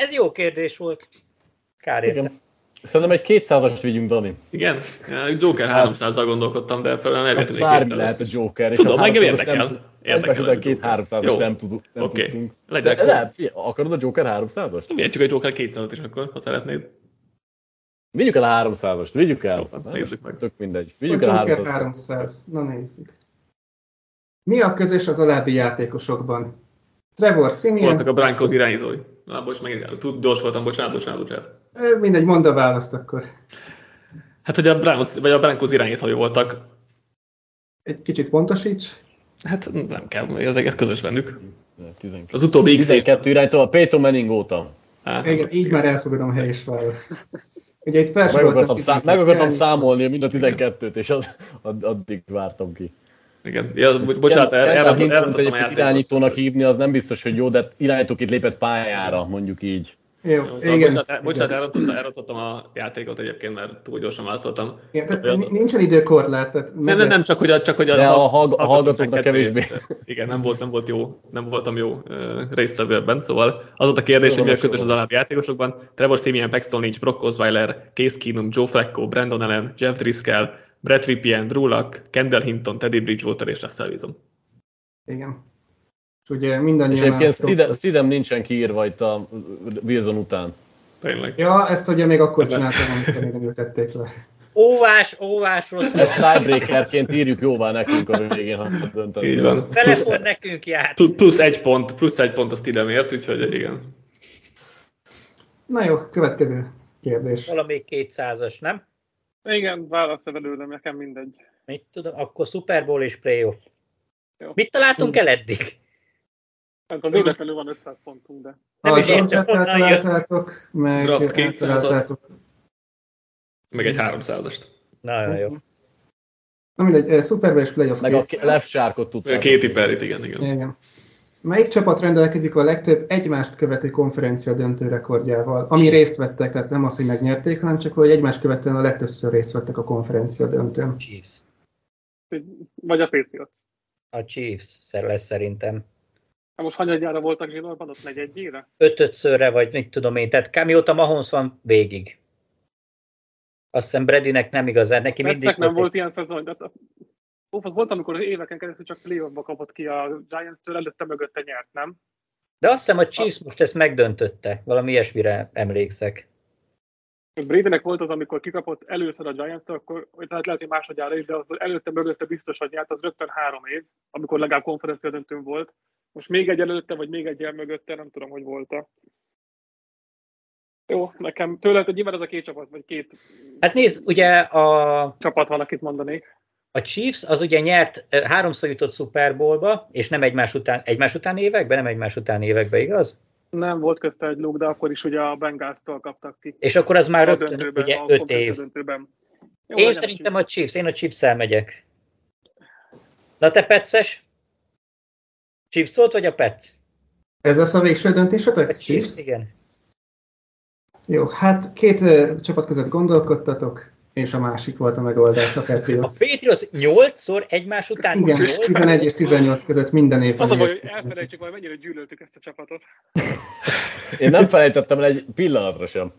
Ez jó kérdés volt. Kár érte. Igen. Szerintem egy 200-ast vigyünk, Dani. Igen, Joker 300-al gondolkodtam, de például nem értem, hogy Hát- Bármi 200-as. lehet a Joker. Tudom, a engem 300-as nem érdekel. tud- Érdekel Egymás után a két Joker. 300-as Jó. nem, tud, nem Oké. tudtunk. Legyen De, akkor. lehet, figyelj, akarod a Joker 300-ast? Vihetjük egy Joker 200-at is akkor, ha szeretnéd. Vigyük el a 300-ast, vigyük el. Jó, hát nézzük meg. Tök mindegy. A Vigyük el a Joker 300-ast. 300. Na nézzük. Mi a közös az alábbi játékosokban? Trevor Simeon... Voltak a Brankot irányítói. Na, bocs, meg tud, gyors voltam, bocsánat, bocsánat, bocsánat. Ö, Mindegy, mondd a választ akkor. Hát, hogy a Brankos, vagy a Brankos irányítói voltak, Egy kicsit pontosíts. hát nem kell, az egész közös bennük. 12. Az utóbbi x 12 iránytól a Peyton Manning óta. Hát, Igen, így már elfogadom a helyes választ. Ugye itt Meg felsoroltam... akartam, szá- 12 meg akartam irányítót. számolni mind a 12-t, és az, ad- addig vártam ki. igen. Ja, bo- bocsánat, Kendall Hinton-t elrontottam a egyébként játékot. irányítónak hívni, az nem biztos, hogy jó, de irányítóként lépett pályára, mondjuk így. Jó, Jó, Szóval igen. bocsánat, el- bocsánat igaz. elrontottam, elrontottam a játékot egyébként, mert túl gyorsan válaszoltam. Igen, tehát Szóval- ni- nincsen időkorlát, tehát Nem, nem, nem, csak hogy a, csak hogy De a hallg- hallgatók a hallgatóknak kedvéért. kevésbé. Igen, nem, volt, nem volt jó, nem voltam jó ö, résztvevő ebben, szóval az volt a kérdés, hogy mi a közös az alábbi játékosokban. Trevor Simeon, Paxton Lynch, Brock Osweiler, Case Keenum, Joe Flacco, Brandon Allen, Jeff Driscoll, Brett Ripien, Drew Luck, Kendall Hinton, Teddy Bridgewater és Russell Wilson. Igen. És ugye És mindannyian... egyébként a- Sidem- Sidem nincsen kiírva itt a Wilson után. Tényleg. Ja, ezt ugye még akkor csináltam, amikor még nem ültették le. Óvás, óvás, rossz. Ezt tiebreakerként írjuk jóvá nekünk a végén, ha döntött. Így van. Plusz, Telefon nekünk jár. pl- plusz egy pont, plusz egy pont azt idemért, úgyhogy igen. Na jó, következő kérdés. Valamelyik 200-as, nem? Igen, válasz belőlem, nekem mindegy. Mit tudom, akkor Super Bowl és playoff. Jó. Mit találtunk el eddig? Nem tudom, véletlenül van 500 pontunk, de A Nem is értem, Georgia-t honnan jött. eltaláltátok, meg Draft eltaláltátok. Meg egy 300-ast. Nagyon jó. Na mindegy, eh, Super Bowl és Playoff Meg a 200. left sárkot tudtam. Két iperit, igen, igen. Igen. Melyik csapat rendelkezik a legtöbb egymást követő konferencia döntő rekordjával? Ami részt vettek, tehát nem az, hogy megnyerték, hanem csak, hogy egymást követően a legtöbbször részt vettek a konferencia döntőn. Chiefs. vagy a Patriots. A Chiefs szer- lesz szerintem. Na Hát most hanyadjára voltak zsinórban, ott negyedjére? Ötötszörre, vagy mit tudom én. Tehát kamióta Mahomes van végig. Azt hiszem Bredinek nem igazán, neki mindig Metsznek nem volt volt ilyen szezon, de Óf, az volt, amikor éveken keresztül csak playoffba kapott ki a Giants-től, előtte mögötte nyert, nem? De azt hiszem a Chiefs most ezt megdöntötte, valami ilyesmire emlékszek. Bradynek volt az, amikor kikapott először a Giants-től, akkor vagy tehát lehet, hogy másodjára is, de az előtte mögötte biztos, hogy nyert, az rögtön három év, amikor legalább konferencia döntőn volt. Most még egy előtte, vagy még egy el mögötte, nem tudom, hogy volt -e. Jó, nekem tőled, hogy nyilván ez a két csapat, vagy két Hát nézd, ugye a, csapat van, akit mondanék. a Chiefs az ugye nyert, eh, háromszor jutott Super Bowlba, és nem egymás után, egymás után években, nem egymás után években, igaz? Nem volt közte egy lúg, de akkor is ugye a Bengals-tól kaptak ki. És akkor az már A rögtön döntőben, ugye a öt év. konferencia döntőben. Jó, Én nem szerintem a Chiefs, én a Chiefs-el megyek. Na te Petszes? Chiefs volt, vagy a Petsz? Ez lesz a végső döntésetek? A Chiefs, igen. Jó, hát két ö, csapat között gondolkodtatok, és a másik volt a megoldás, a A Patriots. Patriots 8-szor egymás után Igen, és 8 11 és 18 között minden évben. Az a baj, hogy játszottunk. elfelejtsük majd, mennyire gyűlöltük ezt a csapatot. Én nem felejtettem el egy pillanatra sem.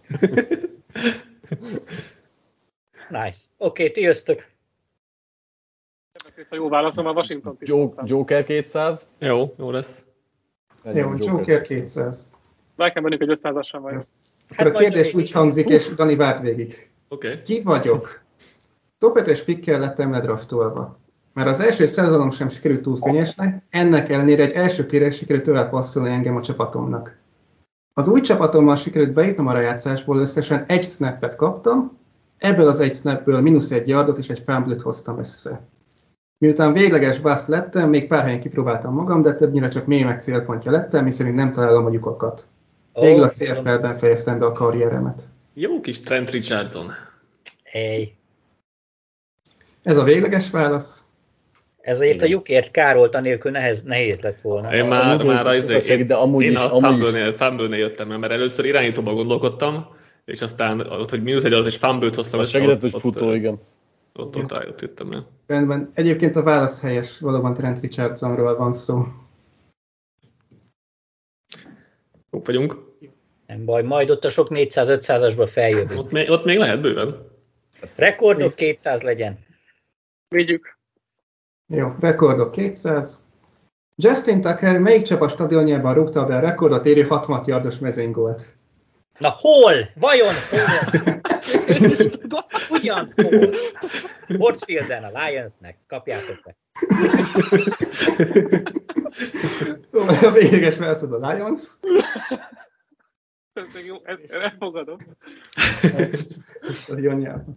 Nice. Oké, ti Hát jöztök. Nem beszélsz a jó válaszom, a Washington is. Jo- Joker 200. Jó, jó lesz. Jó, legyen Joker 200. Meg kell mennünk egy 500-asra Hát majd. Akkor a majd kérdés csak úgy így- hangzik, és Dani várd végig. Oké. Okay. Ki vagyok? Top 5-ös pikkel lettem ledraftolva. Már az első szezonom sem sikerült túl fényesnek, ennek ellenére egy első kére sikerült tovább passzolni engem a csapatomnak. Az új csapatommal sikerült beírnom a rejátszásból, összesen egy snappet kaptam, ebből az egy snapből mínusz egy yardot és egy fumble hoztam össze. Miután végleges baszt lettem, még pár helyen kipróbáltam magam, de többnyire csak mémek célpontja lettem, hiszen nem találom a lyukakat. Végül a CFL-ben fejeztem be a karrieremet. Jó kis Trent Richardson. Ej. Ez a végleges válasz. Ezért a Igen. lyukért károlt, anélkül nehez, nehéz lett volna. Én már, amúgy már volt az, az ötlet, én, de amúgy én is- a amúgy is. fumble-nél, fumble-nél jöttem el, mert először irányítóba gondolkodtam, és aztán ott, hogy mínusz egy az, és fumble-t hoztam. Az össze, segített, ott- hogy futó, igen. Ott, ott, ott, ott jöttem el. Rendben. Egyébként a válasz helyes, valóban Trent Richardsonról van szó. Jók vagyunk. Nem baj, majd ott a sok 400-500-asba feljövünk. Ott még, ott még lehet bőven. Rekordot 200 legyen. Vigyük. Jó, rekordok 200. Justin Tucker melyik csapat stadionjában rúgta be a rekordot érő 60 yardos mezőnygólt? Na hol? Vajon hol? Ugyan hol? Portfielden a Lionsnek. Kapjátok be. Szóval a véges válasz az a Lions. Ez még jó, ezt elfogadom. Hát, Nagyon nyelven.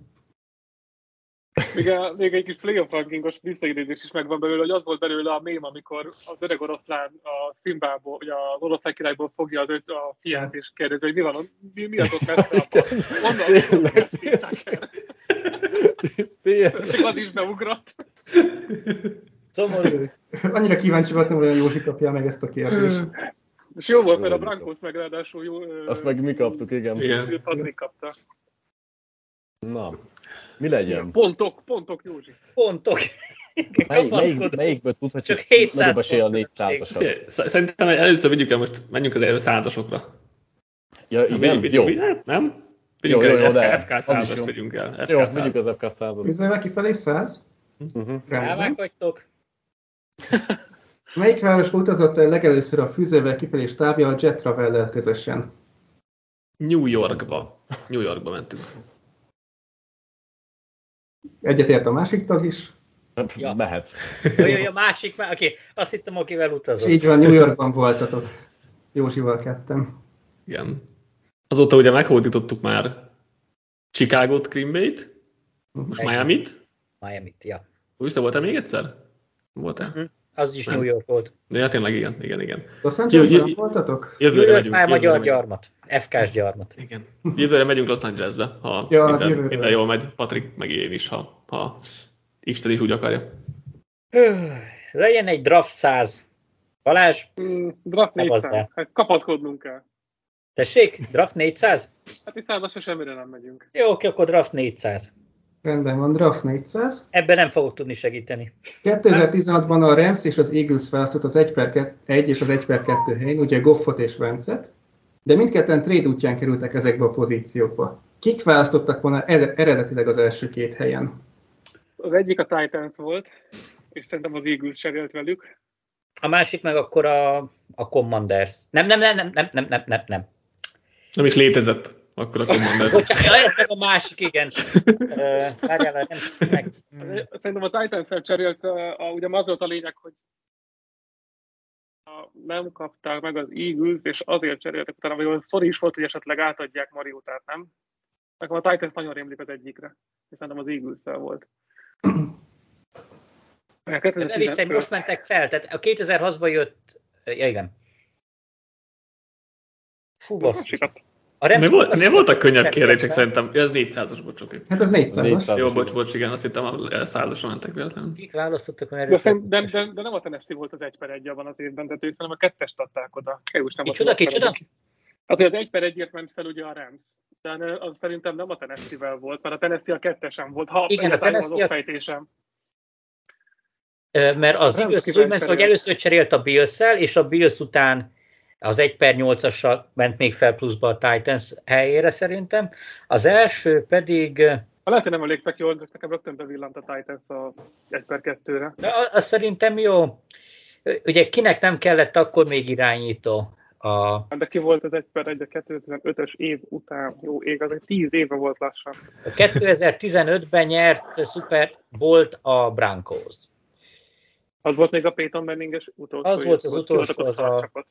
Még, a, még egy kis playoff rankingos visszaidézés is megvan belőle, hogy az volt belőle a mém, amikor az öreg oroszlán a Szimbából, vagy az oroszlán királyból fogja az őt a fiát, és kérdezi, hogy mi van, ott- mi, mi az ott messze, apa? Onnan Tényleg. szívták el. Tényleg. Még az is beugrott. Szomorú. Annyira kíváncsi voltam, hogy a Józsi kapja meg ezt a kérdést. És jó volt, mert a Brankos meg ráadásul jó... ö, Azt meg mi kaptuk, igen. Igen. Patrik kapta. Na, mi legyen? Pontok, pontok, Józsi. Pontok. Melyik, melyik, Kapaszkodunk. melyikből tudhatjuk Csak 700 nagyobb esély a pont négy százasat? Figyelj, sz- Szerintem először vigyük el, most menjünk az elő százasokra. Ja, igen, Vi- vi- jó. vi- hát, Nem? Vigyünk Jó, el jó, jó, egy de FK, FK az is jó. százast, vigyünk el. Jó, FK mondjuk az FK százalék. Üzenve kifelé 100. Mm-hmm. Uh-huh. Rendben. Elvághagytok. Melyik városba utazott el legelőször a fűzővel kifelé stábja a Jet Travellel közösen? New Yorkba. New Yorkba mentünk. Egyetért a másik tag is. Ja. Mhm. Mehet. Olyan a másik már, aki azt hittem, akivel És utazott. így van, New Yorkban voltatok. Józsival kettem. Igen. Azóta ugye meghódítottuk már Chicagót, Green Bay-t, most Meg- Miami-t. Miami-t, ja. Úristen, voltál még egyszer? Mhm. Voltál? Az is Nem. New York volt. De ja, tényleg igen, igen, igen. Los Jó, jó, Angelesben jó. voltatok? Jövőre Győrök megyünk. már jövőre magyar megyünk. gyarmat. FK-s gyarmat. Igen. Jövőre megyünk Los Angelesbe, ha Ja, ja, az minden, jövőre minden lesz. jól megy, Patrik, meg én is, ha, ha Isten is úgy akarja. Öh, Legyen egy draft 100. Balázs, Mm, draft Szavazzál. 400. Hát kapaszkodnunk kell. tessék, draft 400? Hát itt százasra semmire nem megyünk. Jó, oké, akkor draft 400. Rendben van, draft 400. Ebben nem fogok tudni segíteni. 2016-ban a Rams és az Eagles választott az 1 per 2, 1 és az 1 per 2 helyén, ugye Goffot és Vencet, de mindketten trade útján kerültek ezekbe a pozíciókba. Kik választottak volna ele- eredetileg az első két helyen? Az egyik a Titans volt, és szerintem az Eagles cserélt velük. A másik meg akkor a, a Commanders. Nem, nem, nem, nem, nem, nem, nem, nem, nem. Nem is létezett akkor a Commanders. Bocsánat, ja, ez meg a másik, igen. Ö, Várjál, várjál, nem meg. Hát, eh, Szerintem a Titans-el cserélt, uh, a, ugye az volt a lényeg, hogy a- nem kapták meg az eagles és azért cseréltek utána, vagy olyan sztori is volt, hogy esetleg átadják Mariótát, nem? Nekem a Titans nagyon rémlik az egyikre, és szerintem az eagles volt. Ez elég szerint most mentek fel, tehát a 2006-ban jött, ja igen. Fú, basszus. Másikat. A Nem, volt, utas- nem voltak könnyebb kérdések fel. szerintem. Ja, Ez 400-as, bocs, oké. Hát az 400 400. Jó, bocs, bocs, igen, azt hittem a százasra mentek véletlenül. Kik választottak olyan De, szerint, de, de, de, nem a Tennessee volt az egy per egy abban az évben, tehát ők szerintem a kettest adták oda. Kevés nem Kicsoda, az volt kicsoda? pedig. Hát, hogy az egy per egyért ment fel ugye a Rams. De az szerintem nem a Tennessee-vel volt, mert a Tennessee a kettesen volt. Ha Igen, a egyáltalán jó Tennessee a- az fejtésem. Ö, mert az Nem Bills úgy szívem ment, felül. hogy először cserélt a bills és a Bills után az 1 per 8-assal ment még fel pluszba a Titans helyére szerintem. Az első pedig, ö, Ha lehet, hogy nem emlékszek jól, de nekem rögtön bevillant a Titans a 1 per 2-re. na, a- az szerintem jó. Ö, Ugye kinek nem kellett akkor még irányító? A, De ki volt az 1 per 1 a 2015-ös év után? Jó ég, az egy 10 éve volt lassan. a 2015-ben nyert Super Bolt a Broncos. Az volt még a Peyton Manninges utolsó Az év. volt az Ki utolsó, voltak az a- szarcsapat.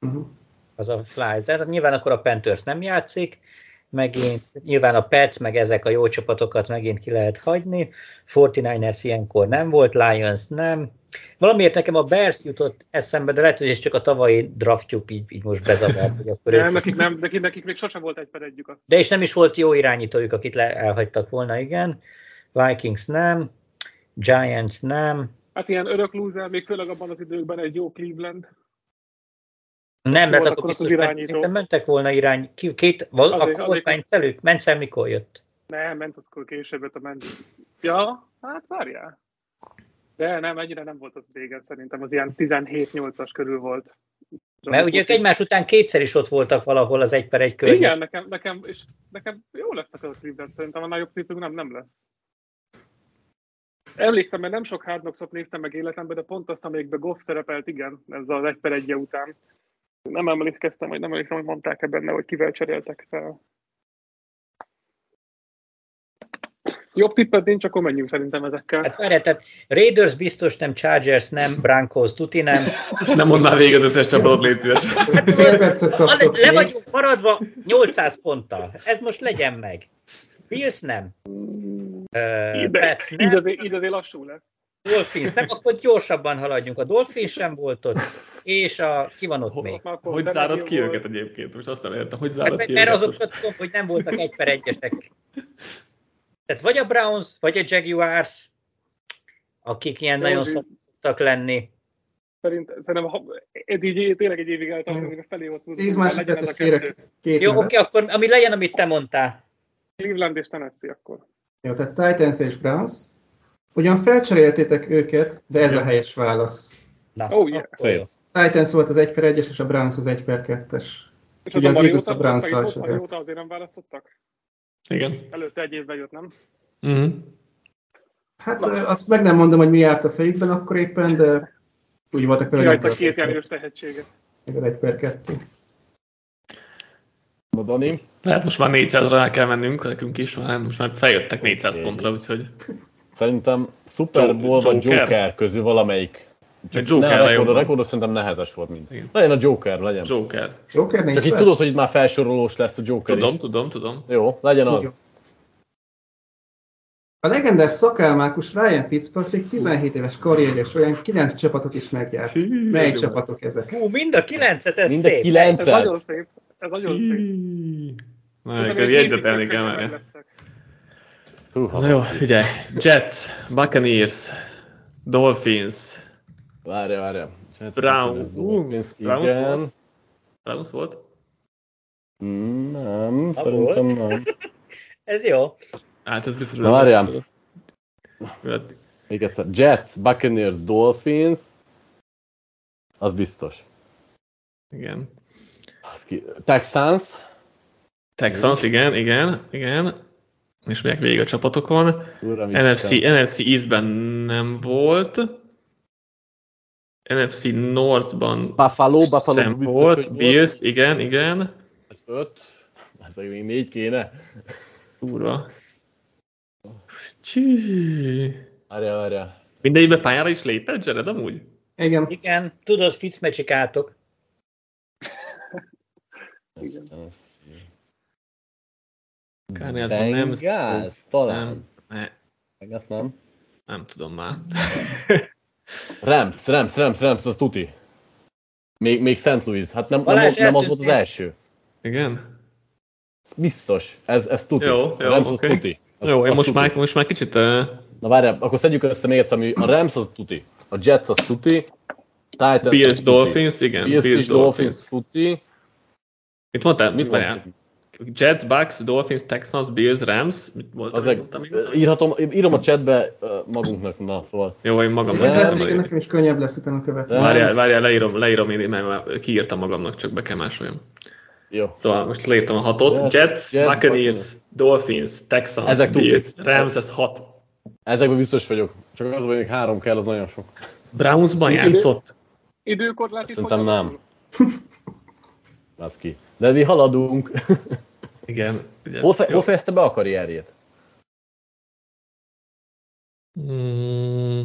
Uh-huh. az a Fly. Tehát nyilván akkor a Panthers nem játszik, megint nyilván a Pets, meg ezek a jó csapatokat megint ki lehet hagyni. 49ers ilyenkor nem volt, Lions nem. Valamiért nekem a Bears jutott eszembe, de lehet, hogy ez csak a tavalyi draftjuk így, így most bezavart, hogy akkor Nem, ők... nekik, nem, nekik, nekik még sosem volt egy per együk. Azt De és nem is volt jó irányítójuk, akit le, elhagytak volna, igen. Vikings nem, Giants nem, Hát ilyen örök loser, még főleg abban az időkben egy jó Cleveland. nem, mert Volt akkor akkor az biztos ment, irányító. szinte mentek volna irány, ki, két, val, Azért- akkor volt azért- Mencelük? Mencel mikor jött? Nem, ment akkor később jött a ment. Ja, hát várjál. De nem, ennyire nem volt az régen szerintem, az ilyen 17-8-as körül volt. Mert ugye ők egymás után kétszer is ott voltak valahol az egy per egy környék. Igen, nekem, nekem, és nekem jó lesz ez a Cleveland, szerintem annál jobb Cleveland nem, nem lesz. Emlékszem, mert nem sok Hard Knocks-ot néztem meg életemben, de pont azt, amelyikben Goff szerepelt, igen, ez az egy per egyje után. Nem emlékeztem, vagy nem emlékszem, hogy mondták-e benne, hogy kivel cseréltek fel. Jobb tippet nincs, akkor menjünk szerintem ezekkel. Hát várjál, tehát Raiders biztos nem, Chargers nem, Broncos tuti nem. És nem mondd már véget összes csapatot, légy szíves. Fél percet kaptok Le még. vagyunk maradva 800 ponttal. Ez most legyen meg. Bills nem. Ö, De, Pets így, nem. azért, így azért lassú lesz. Dolphins nem. Akkor gyorsabban haladjunk. A Dolphins sem volt ott. És a, ki van ott még? Ott már pont Hogy Benedict zárod ki volt. őket egyébként? Most azt nem értem, hogy Hát, zárod mert- ki mert őket most? azokat tudom, hogy nem voltak egy per egyesek. Tehát vagy a Browns, vagy a Jaguars, akik ilyen Jó, nagyon így- szoktak lenni. Szerint, szerintem ha, ez így tényleg egy évig eltartunk, hogy felé ott Tíz hogy másodpercet kérek két Jó, nevet. oké, akkor ami legyen, amit te mondtál. Cleveland és Tennessee akkor. Jó, tehát Titans és Browns. Ugyan felcseréltétek őket, de ez a helyes válasz. Na, Oh, yeah. akkor jó. Titans volt az 1 per 1-es, és a Browns az 1 per 2-es. És Ugye az Eagles Mariota- a Browns-szal Mariota- se Mariota játszott. azért nem választottak? Igen. Előtte egy évben jött, nem? Mhm. Hát ö, azt meg nem mondom, hogy mi járt a fejükben akkor éppen, de úgy voltak vele, Jajt a nem két voltak járős tehetséget. meg az 1 per 2. Na, Dani, Lehet most már 400-ra rá kell mennünk, nekünk is, hát most már feljöttek 400 Oké. pontra, úgyhogy szerintem Super Bowl vagy Joker. Joker közül valamelyik. Csak Joker ne, a, rekord, legjobb. a rekord az szerintem nehezes volt mind. Igen. Legyen a Joker, legyen. Joker. Joker 4 Csak itt tudod, hogy itt már felsorolós lesz a Joker Tudom, is. tudom, tudom. Jó, legyen az. A legendás szakálmákus Ryan Fitzpatrick 17 éves karrierje során 9 csapatot is megjárt. Hű, Mely ez jó. csapatok ezek? Hú, mind a kilencet, ez Mind a szép. Ez kilencet. nagyon szép. Ez nagyon szép. Na, Tudom, akkor hogy jegyzetelni mindig kell tökre már. ja. meglesztek. Húha. Na jó, figyelj. Jets, Buccaneers, Dolphins, Várja, várja. Csinálj, Brown. ez Dolphins, Ú, Browns Igen. volt? Ramos volt? Mm, Nem, szerintem nem. Ez jó. Hát ez biztos Na, várjál. lesz. Mert Még egyszer. Jets, Buccaneers, Dolphins. Az biztos. Igen. Az ki- Texans. Texans, igen, igen, igen. És megyek végig a csapatokon. Uram, NFC, Isten. NFC Eastben nem volt. NFC Northban Buffalo, Buffalo sem biztos, volt. hogy Bills, igen, igen. Ez öt. Ez még négy kéne. Úrva. Csí. Várja, várja. Mindegyikben pályára is lépett Jared amúgy? Igen, Igen, tudod, Fitzmecsikátok. Ez- Cardinalsban nem. Bengals, talán. Nem, ne, Bengals nem. nem tudom már. Rams, Rams, Rams, Rams, az tuti. Még, még St. Louis. Hát nem, nem, Balázs, nem az volt az eltűntél? első. Igen? Ez Biztos, ez, ez tuti. Jó, a jó, Rams oké. az tuti. Az, Jó, én az most tuti. már, most már kicsit... Uh, Na várjál, akkor szedjük össze még egyszer, ami a Rams az tuti, a Jets az tuti, Titans az Bills, tuti. Dolphins, igen. Bills, Bills Dolphins tuti. Mit mondtál? Mit Mit mondtál? van? Jets, Bucks, Dolphins, Texans, Bills, Rams. Mit voltam, Ezek, mondtam én? írhatom, írom a chatbe ö, magunknak, na szóval. Jó, én magam Nem. lehet, leírtam. hogy nekem is könnyebb lesz utána követni. Nem. Várjál, várjál, leírom, leírom én, mert már kiírtam magamnak, csak be kell másoljam. Jó. Szóval most leírtam a hatot. Jets, Jets, Jets, Buccaneers, Dolphins, Texans, Ezek tudjuk. Bills, Rams, ez hat. Ezekben biztos vagyok. Csak az, hogy még három kell, az nagyon sok. Brownsban játszott? Időkorlát itt Szerintem hogy- nem. Az ki. De mi haladunk. Igen. Ugye, Hol, fe, jó. hol fejezte be a karrierjét? Mm,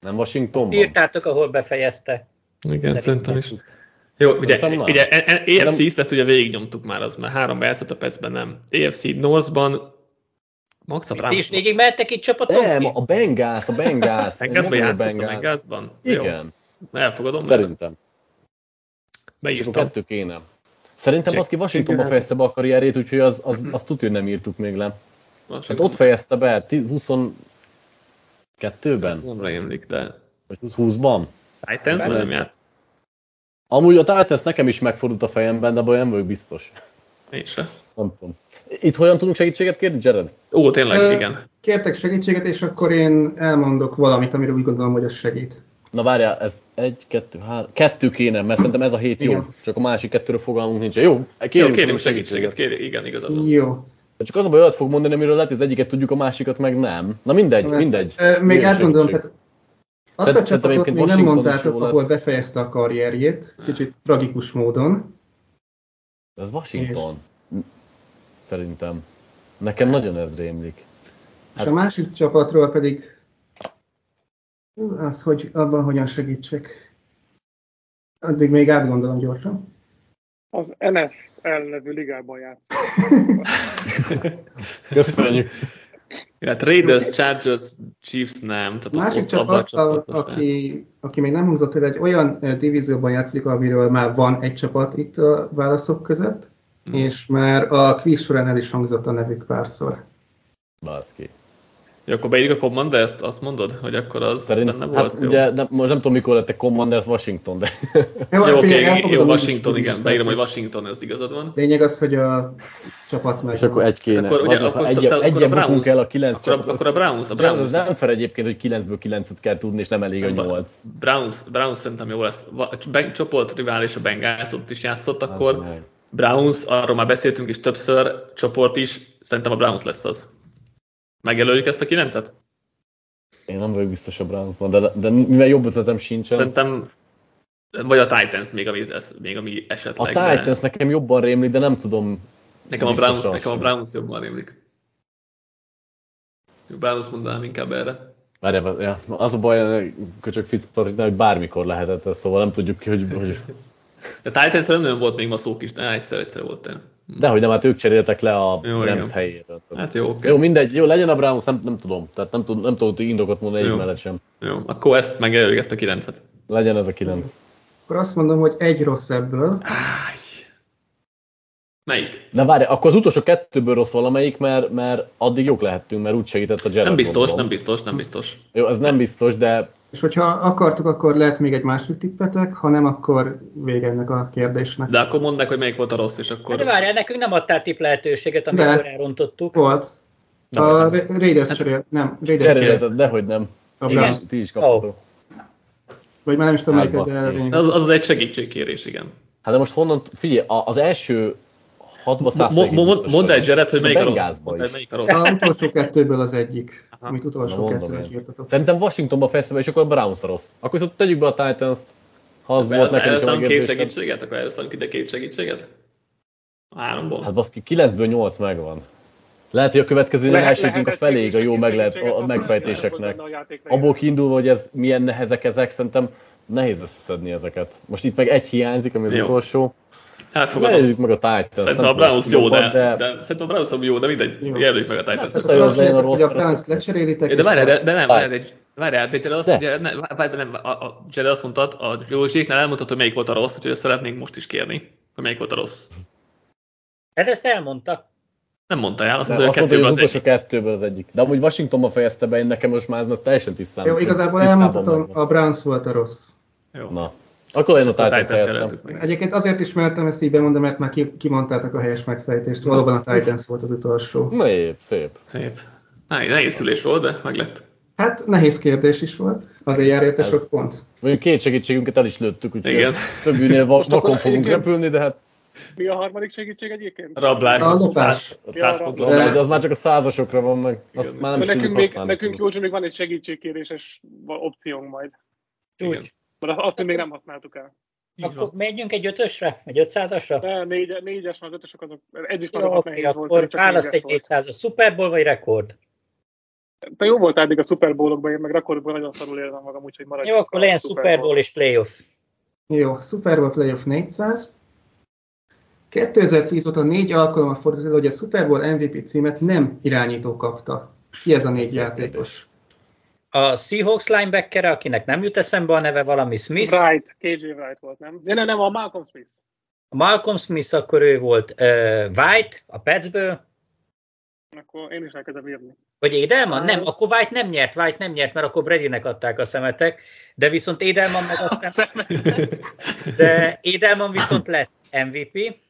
Nem Washingtonban? Írtátok, ahol befejezte. igen, szerintem is. Szerintem Jó, ugye, Szerintem nem. ugye e- e- AFC Nem. East-et ugye végignyomtuk már, az már három játszott a percben nem. AFC Northban Max a Ti is Browns. végig mehettek itt csapaton? Nem, a Bengals, a Bengals. Bengázban Én nem játszott a vagyok Bengals. Bengázban? Igen, Elfogadom, mert szerintem. Hát És beírtam. akkor kettő kéne. Szerintem Check. az ki Washingtonba fejezte be a karrierét, úgyhogy az, az, azt tudja, nem írtuk még le. Hát ott fejezte be 22-ben, Nem rémlik, de vagy 20-ban. Titans már Bengals. nem játsz. Amúgy a Titans nekem is megfordult a fejemben, de abban nem vagyok biztos. Én se. Nem tudom. Itt hogyan tudunk segítséget kérni, Jared? Ó, tényleg, Ö, igen. Kértek segítséget, és akkor én elmondok valamit, amire úgy gondolom, hogy az segít. Na várjál, ez egy, kettő, három, kettő kéne, mert szerintem ez a hét jó, Igen. csak a másik kettőről fogalmunk nincs. Jó, Jó, kérjünk, kérjünk segítséget, kérjünk, igen, igazad van. Jó. De Csak az a baj, olyat fog mondani, amiről lehet, hogy az egyiket tudjuk, a másikat meg nem. Na mindegy, mindegy. Ö, Még Milyen átgondolom, segítség? tehát azt a Szerintem csapatot egyébként még nem Washington is mondtátok, jó lesz. Hm. ahol befejezte a karrierjét, kicsit tragikus módon. Ez Washington. Szerintem. Nekem nagyon ez rémlik. Hát- És a másik csapatról pedig Hú, az, hogy abban hogyan segítsek. Addig még átgondolom gyorsan. Az NFL nevű ligában játszik. [LAUGHS] Köszönjük. Hát Raiders, Chargers, Chiefs nem. Tehát A másik ott abban csapat, a, csapatban sem. aki, aki még nem hangzott el, egy olyan eh, divízióban játszik, amiről már van egy csapat itt a válaszok között, Hmm. és már a quiz során el is hangzott a nevük párszor. Baszki. Jó, akkor beírjuk a Commanders-t, azt mondod, hogy akkor az Szerint, benne hát volt? jó. ugye, nem, most nem tudom, mikor lettek Commanders Washington, de Jó, hát oké, figyelj, elfogadom, jó, hogy is Washington, úgy is igen, beírom, hogy tetszett. Washington, ez igazad van. Lényeg az, hogy a csapat meg. és akkor egy kéne. Akkor ugye, Aznak, ha akkor egy, te- akkor a egyen Browns- bukunk el a kilenc akkor a- csapatot, akkor a Browns- a az- Browns- az nem fel egyébként, hogy kilencből kilencet kell tudni, és nem elég a nyolc. Browns, Browns szerintem jó lesz. Va- a Ben- Csoport rivális a Bengals, ott is játszott Hát akkor. meg. Browns, arról már beszéltünk is többször, csoport is, szerintem a Browns lesz az. Megjelöljük ezt a kilencet? Én nem vagyok biztos a Brownsban, de, de mivel jobb ötletem sincsen, Szerintem, vagy a Titans még, ami, ez, még, ami a esetleg. de Titans nekem jobban rémlik, de nem tudom. nekem, a biztos Browns, az nekem a sem. Browns jobban rémlik. Jó, Browns mondanám inkább erre. Várjál, ja, az a baj, köcsög Fitzpatricknál, hogy bármikor lehetett ez, szóval nem tudjuk ki, hogy, hogy De Titans nem nagyon volt még ma szó kis, de egyszer-egyszer volt. tényleg. De hogy nem, hát ők cseréltek le a Jó, igen. Rams helyéről. Hát jó, oké. Jó, mindegy, jó, legyen a Browns, nem, nem tudom. Tehát nem, tud, nem tudok indokot mondani Jó. egyik mellett sem. Jó, akkor ezt megjelöljük ezt a kilencet. Legyen ez a kilenc. Akkor azt mondom, hogy egy rossz ebből. Áj. Melyik? De várj, akkor az utolsó kettőből rossz valamelyik, mert, mert addig jók lehettünk, mert úgy segített a Gerard. Nem biztos, gondolom. nem biztos, nem biztos. Jó, ez nem biztos, de És hogyha akartok, akkor lehet még egy másik tippetek, ha nem, akkor vége ennek a kérdésnek. De akkor mondd meg, hogy melyik volt a rossz, és akkor... Hát de várjál, nekünk nem adtál tip lehetőséget, amikor De. elrontottuk. Volt. A Ra- Raiders Hát- cserél, nem, Raiders cserél. cserélheted, dehogy nem. A Igen. Browns. Ti is kaptatok. Vagy már nem is tudom, Hát melyik, de baszki. lényeg. az, az egy segítségkérés, igen. Hát de most honnan, figyelj, a- az első hatba Mo- mo- mo- százalékig Mondd el, Jared, hogy melyik a rossz. Bengalsba Mondd el, is. melyik a rossz. A utolsó kettőből Hát az egyik, Aha. amit Na, utolsó mondom kettőnek én. írtatok. Szerintem Washingtonba fejeztem, és akkor a Browns a rossz. Akkor viszont tegyük be a Titans-t, ha az volt Erre nekem erre is a számolunk két megérzésem. segítséget? Akkor erre számolunk ide két segítséget? A Háromból? Hát baszki, 9-ből 8 megvan. Lehet, hogy a következő nem elsőtünk a lehetett feléig a jó segítséget, meg lehet, segítséget a a adni, nem megfejtéseknek. volt benne a játékra Abból kiindulva, hogy ez milyen nehezek ezek, szerintem nehéz összeszedni ezeket. Most itt meg egy hiányzik, ami az Jó. utolsó. Elfogadom. Nézzük meg a Titans. Szerintem a Browns jó, de, de... szerintem a Browns ami jó, de mindegy, Jó. jelöljük meg a Titans-t. persze, Akkor azt legyen a mondjátok, hogy a rossz, Browns rossz. lecserélitek, De és várjál, de, akkor de nem, Fáj. várjál, de, várjál, de Jared azt, De. Jared, nem, várj, nem, a, a Jared azt mondtad, a Józsiknál elmondtad, hogy melyik volt a rossz, úgyhogy ezt szeretnénk most is kérni, hogy melyik volt a rossz. Hát ezt elmondta. Nem mondta el, azt Azt mondta, hogy a mondta, hogy kettőben az az utolsó egy. kettőből az egyik. De amúgy Washingtonban fejezte be, én nekem most már ez teljesen tisztán. Jó, igazából tisztában elmondhatom, megvan. a Browns volt a rossz. Jó. Na, akkor legyen a Akkor Titans helyettem. jelöltük meg. Egyébként azért ismertem ezt így bemondom, mert már ki- kimondtátok a helyes megfejtést. Valóban a Titans volt az utolsó. Szép, szép. Szép. Nehéz, nehéz szülés volt, de meg lett. Hát nehéz kérdés is volt, azért jár érte Ez- sok pont. Mondjuk két segítségünket el is lőttük, Igen. úgyhogy többűnél va- Most akkor vakon fogunk egyébként- repülni, de hát Mi a harmadik segítség egyébként? Rablás. A lopás. 100 100 pontos. De, De- de az már csak a százasokra van meg. Azt Igen. már De nem is nekünk, tudjuk még, használni. nekünk Józsi, még van egy segítségkéréses opciónk majd. Igen. Úgy. Mert azt még nem használtuk el. Így van. Akkor menjünk egy ötösre? Egy ötszázasra? De négy, négyes, már az ötösök azok, ez is már Jó, rohadt oké, nehéz volt. akkor mert csak válasz négyes egy volt. 200 Super Bowl vagy rekord? Te jó volt eddig a Super Bowlokban, én meg rekordban nagyon szarul érzem magam, úgyhogy maradj. Jó, akkor legyen Super Bowl és playoff. Jó, Super Bowl Playoff 400. 2010 óta négy alkalommal fordult elő, hogy a Super Bowl MVP címet nem irányító kapta. Ki ez a négy játékos? A Seahawks linebacker, akinek nem jut eszembe a neve, valami Smith. Wright, KJ Wright volt, nem? De nem, nem, a Malcolm Smith. A Malcolm Smith, akkor ő volt uh, White a Petsből. Akkor én is elkezdem írni. Vagy Edelman? Ah. Nem, akkor White nem nyert, White nem nyert, mert akkor Bradynek adták a szemetek, de viszont Edelman meg aztán, de Edelman viszont lett MVP.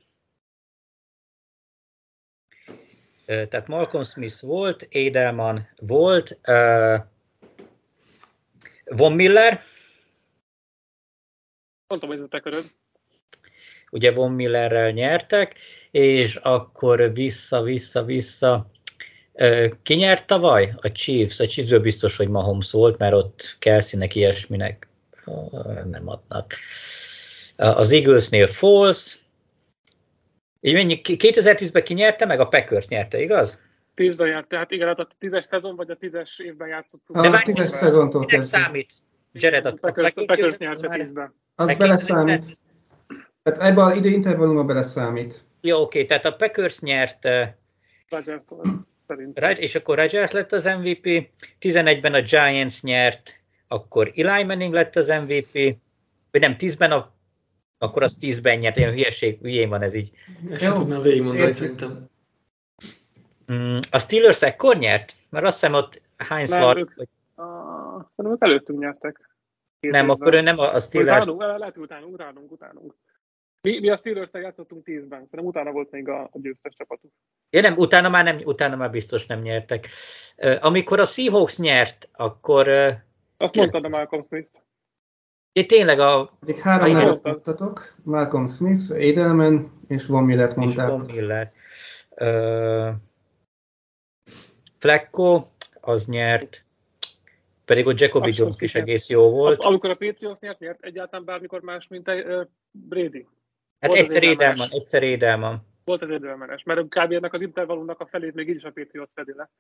Ö, Tehát Malcolm Smith volt, Edelman volt, ö, Von Miller, Mondtam, hogy ez a te köröd. Ugye Von Millerrel nyertek, és akkor vissza-vissza-vissza ki nyert tavaly? A Chiefs. A Chiefsből biztos, hogy Mahomes volt, mert ott Kelsey-nek ilyesminek nem adnak. Az Eaglesnél Falls. Így mennyi, 2010-ben ki nyerte meg? A Packers nyerte, igaz? Tízben járt, tehát igen, hát a tízes szezon vagy a tízes évben játszott. A szuper. De tízes Minek szezontól Minek kezdve. számít? Jared, a Packers, Packers Packers győzött, nyert az be már- tízben. Az Packers beleszámít. nyert. Tehát ebbe a idő intervallumba beleszámít. Jó, oké, tehát a Packers nyert eh, Rodgers szerint. Raj- és akkor Rodgers lett az MVP, 11-ben a Giants nyert, akkor Eli Manning lett az MVP, vagy nem, 10-ben a akkor az 10-ben nyert, ilyen hülyeség, hülyén van ez így. Ezt sem Jó. tudnám végigmondani Értjük. szerintem. Mm, a Steelers ekkor nyert? Mert azt hiszem ott Heinz Nem, Ward, ők- vagy Ah, Szerintem ők előttünk nyertek. Két nem, évben. akkor ő nem a a Vagy Steelers. Utánunk, le- lehet, hogy utánunk, utánunk, utánunk. Mi, mi a steelers játszottunk 10-ben, szerintem utána volt még a, a győztes csapatuk. Ja nem, utána már, nem, utána már biztos nem nyertek. Ö, Amikor a Seahawks nyert, akkor ö, Azt mondtad a Malcolm Smith. ja, tényleg a Eddig három Igen. nevet mondtatok, Malcolm Smith, Edelman és Von Millert és Von mondtátok. Miller. Ö, Flacco, az nyert, pedig ott Jacobi Abszolút Jones is igen. egész jó volt. Am- Amikor a Patriots nyert, nyert egyáltalán bármikor más, mint egy uh, Brady. Hát volt az egyszer érdemes. Édelman, egyszer Édelman. Volt az érdemes, mert kb. ennek az intervallumnak a felét még így is a Patriots fedi le.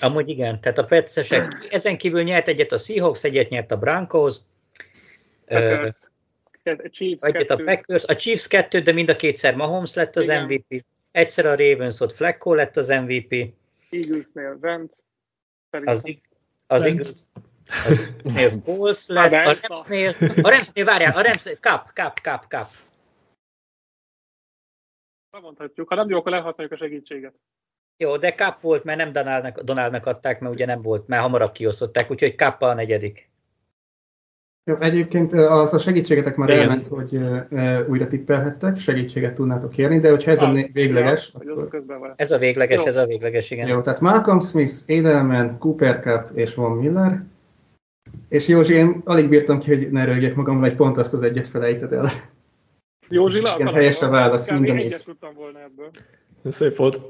Amúgy igen, tehát a Petsesek, ezen kívül nyert egyet a Seahawks, egyet nyert a Broncos, ö, Packers, uh, Chiefs, egyet a kettő. Packers, a Chiefs kettő, de mind a kétszer Mahomes lett az Igen. MVP, egyszer a Ravens, ott Flacco lett az MVP, Eaglesnél Vance, szerintem. az, az Wentz. igaz, az Eaglesnél Foles lett, Na, a Wentz. Ramsnél, a Ramsnél, várjál, a Ramsnél, kap, kap, kap, kap. Nem mondhatjuk, ha nem jó, akkor elhasználjuk a segítséget. Jó, de kap volt, mert nem Donaldnak, Donaldnak adták, mert ugye nem volt, már hamarabb kiosztották, úgyhogy kap a negyedik. Jó, egyébként ö, az a segítségetek már Igen. elment, hogy ö, ö, újra tippelhettek, segítséget tudnátok kérni, de hogyha ez Ah, a né- végleges, Ja, hogy az akkor... közben van. Ez a végleges, Jó. ez a végleges, igen. Jó, tehát Malcolm Smith, Edelman, Cooper Cup és Von Miller. És Józsi, én alig bírtam ki, hogy ne rögjek magamra, egy pont azt az egyet felejted el. Józsi le Igen, helyes a válasz, mind a Kb. négy. egyet tudtam volna ebből. Ez szép volt.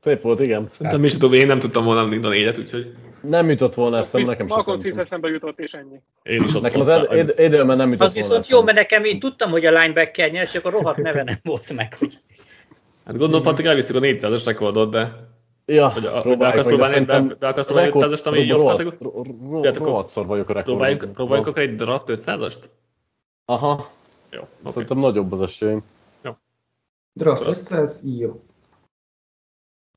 Szép volt, igen. Szerintem mi is tudom, én nem tudtam volna mind a négyet, úgyhogy Nem jutott volna eszembe, nekem sem Malcolm Smith szerintem. eszembe jutott, és ennyi. én is ott Nekem az voltam. Ed- Ed- Edelman nem jutott Az volna viszont jó, eszembe. mert nekem én tudtam, hogy a linebacker nyert, csak a rohadt neve nem volt meg. hogy- Hát gondolom, Patrik, elviszük a 400-as rekordot, de Ja, Hogy a- próbáljuk, be akarsz hogy próbálni- szerintem be- be akarsz próbálni rekord- 500-est, ami ro- jobb ro- kategória? ro- ro- Tehát akkor Rohadszor vagyok a rekordban. próbáljuk, próbáljuk akkor egy draft 500-ast? Aha, Jó, oké. szerintem nagyobb az esélyem. Draft 500, jó.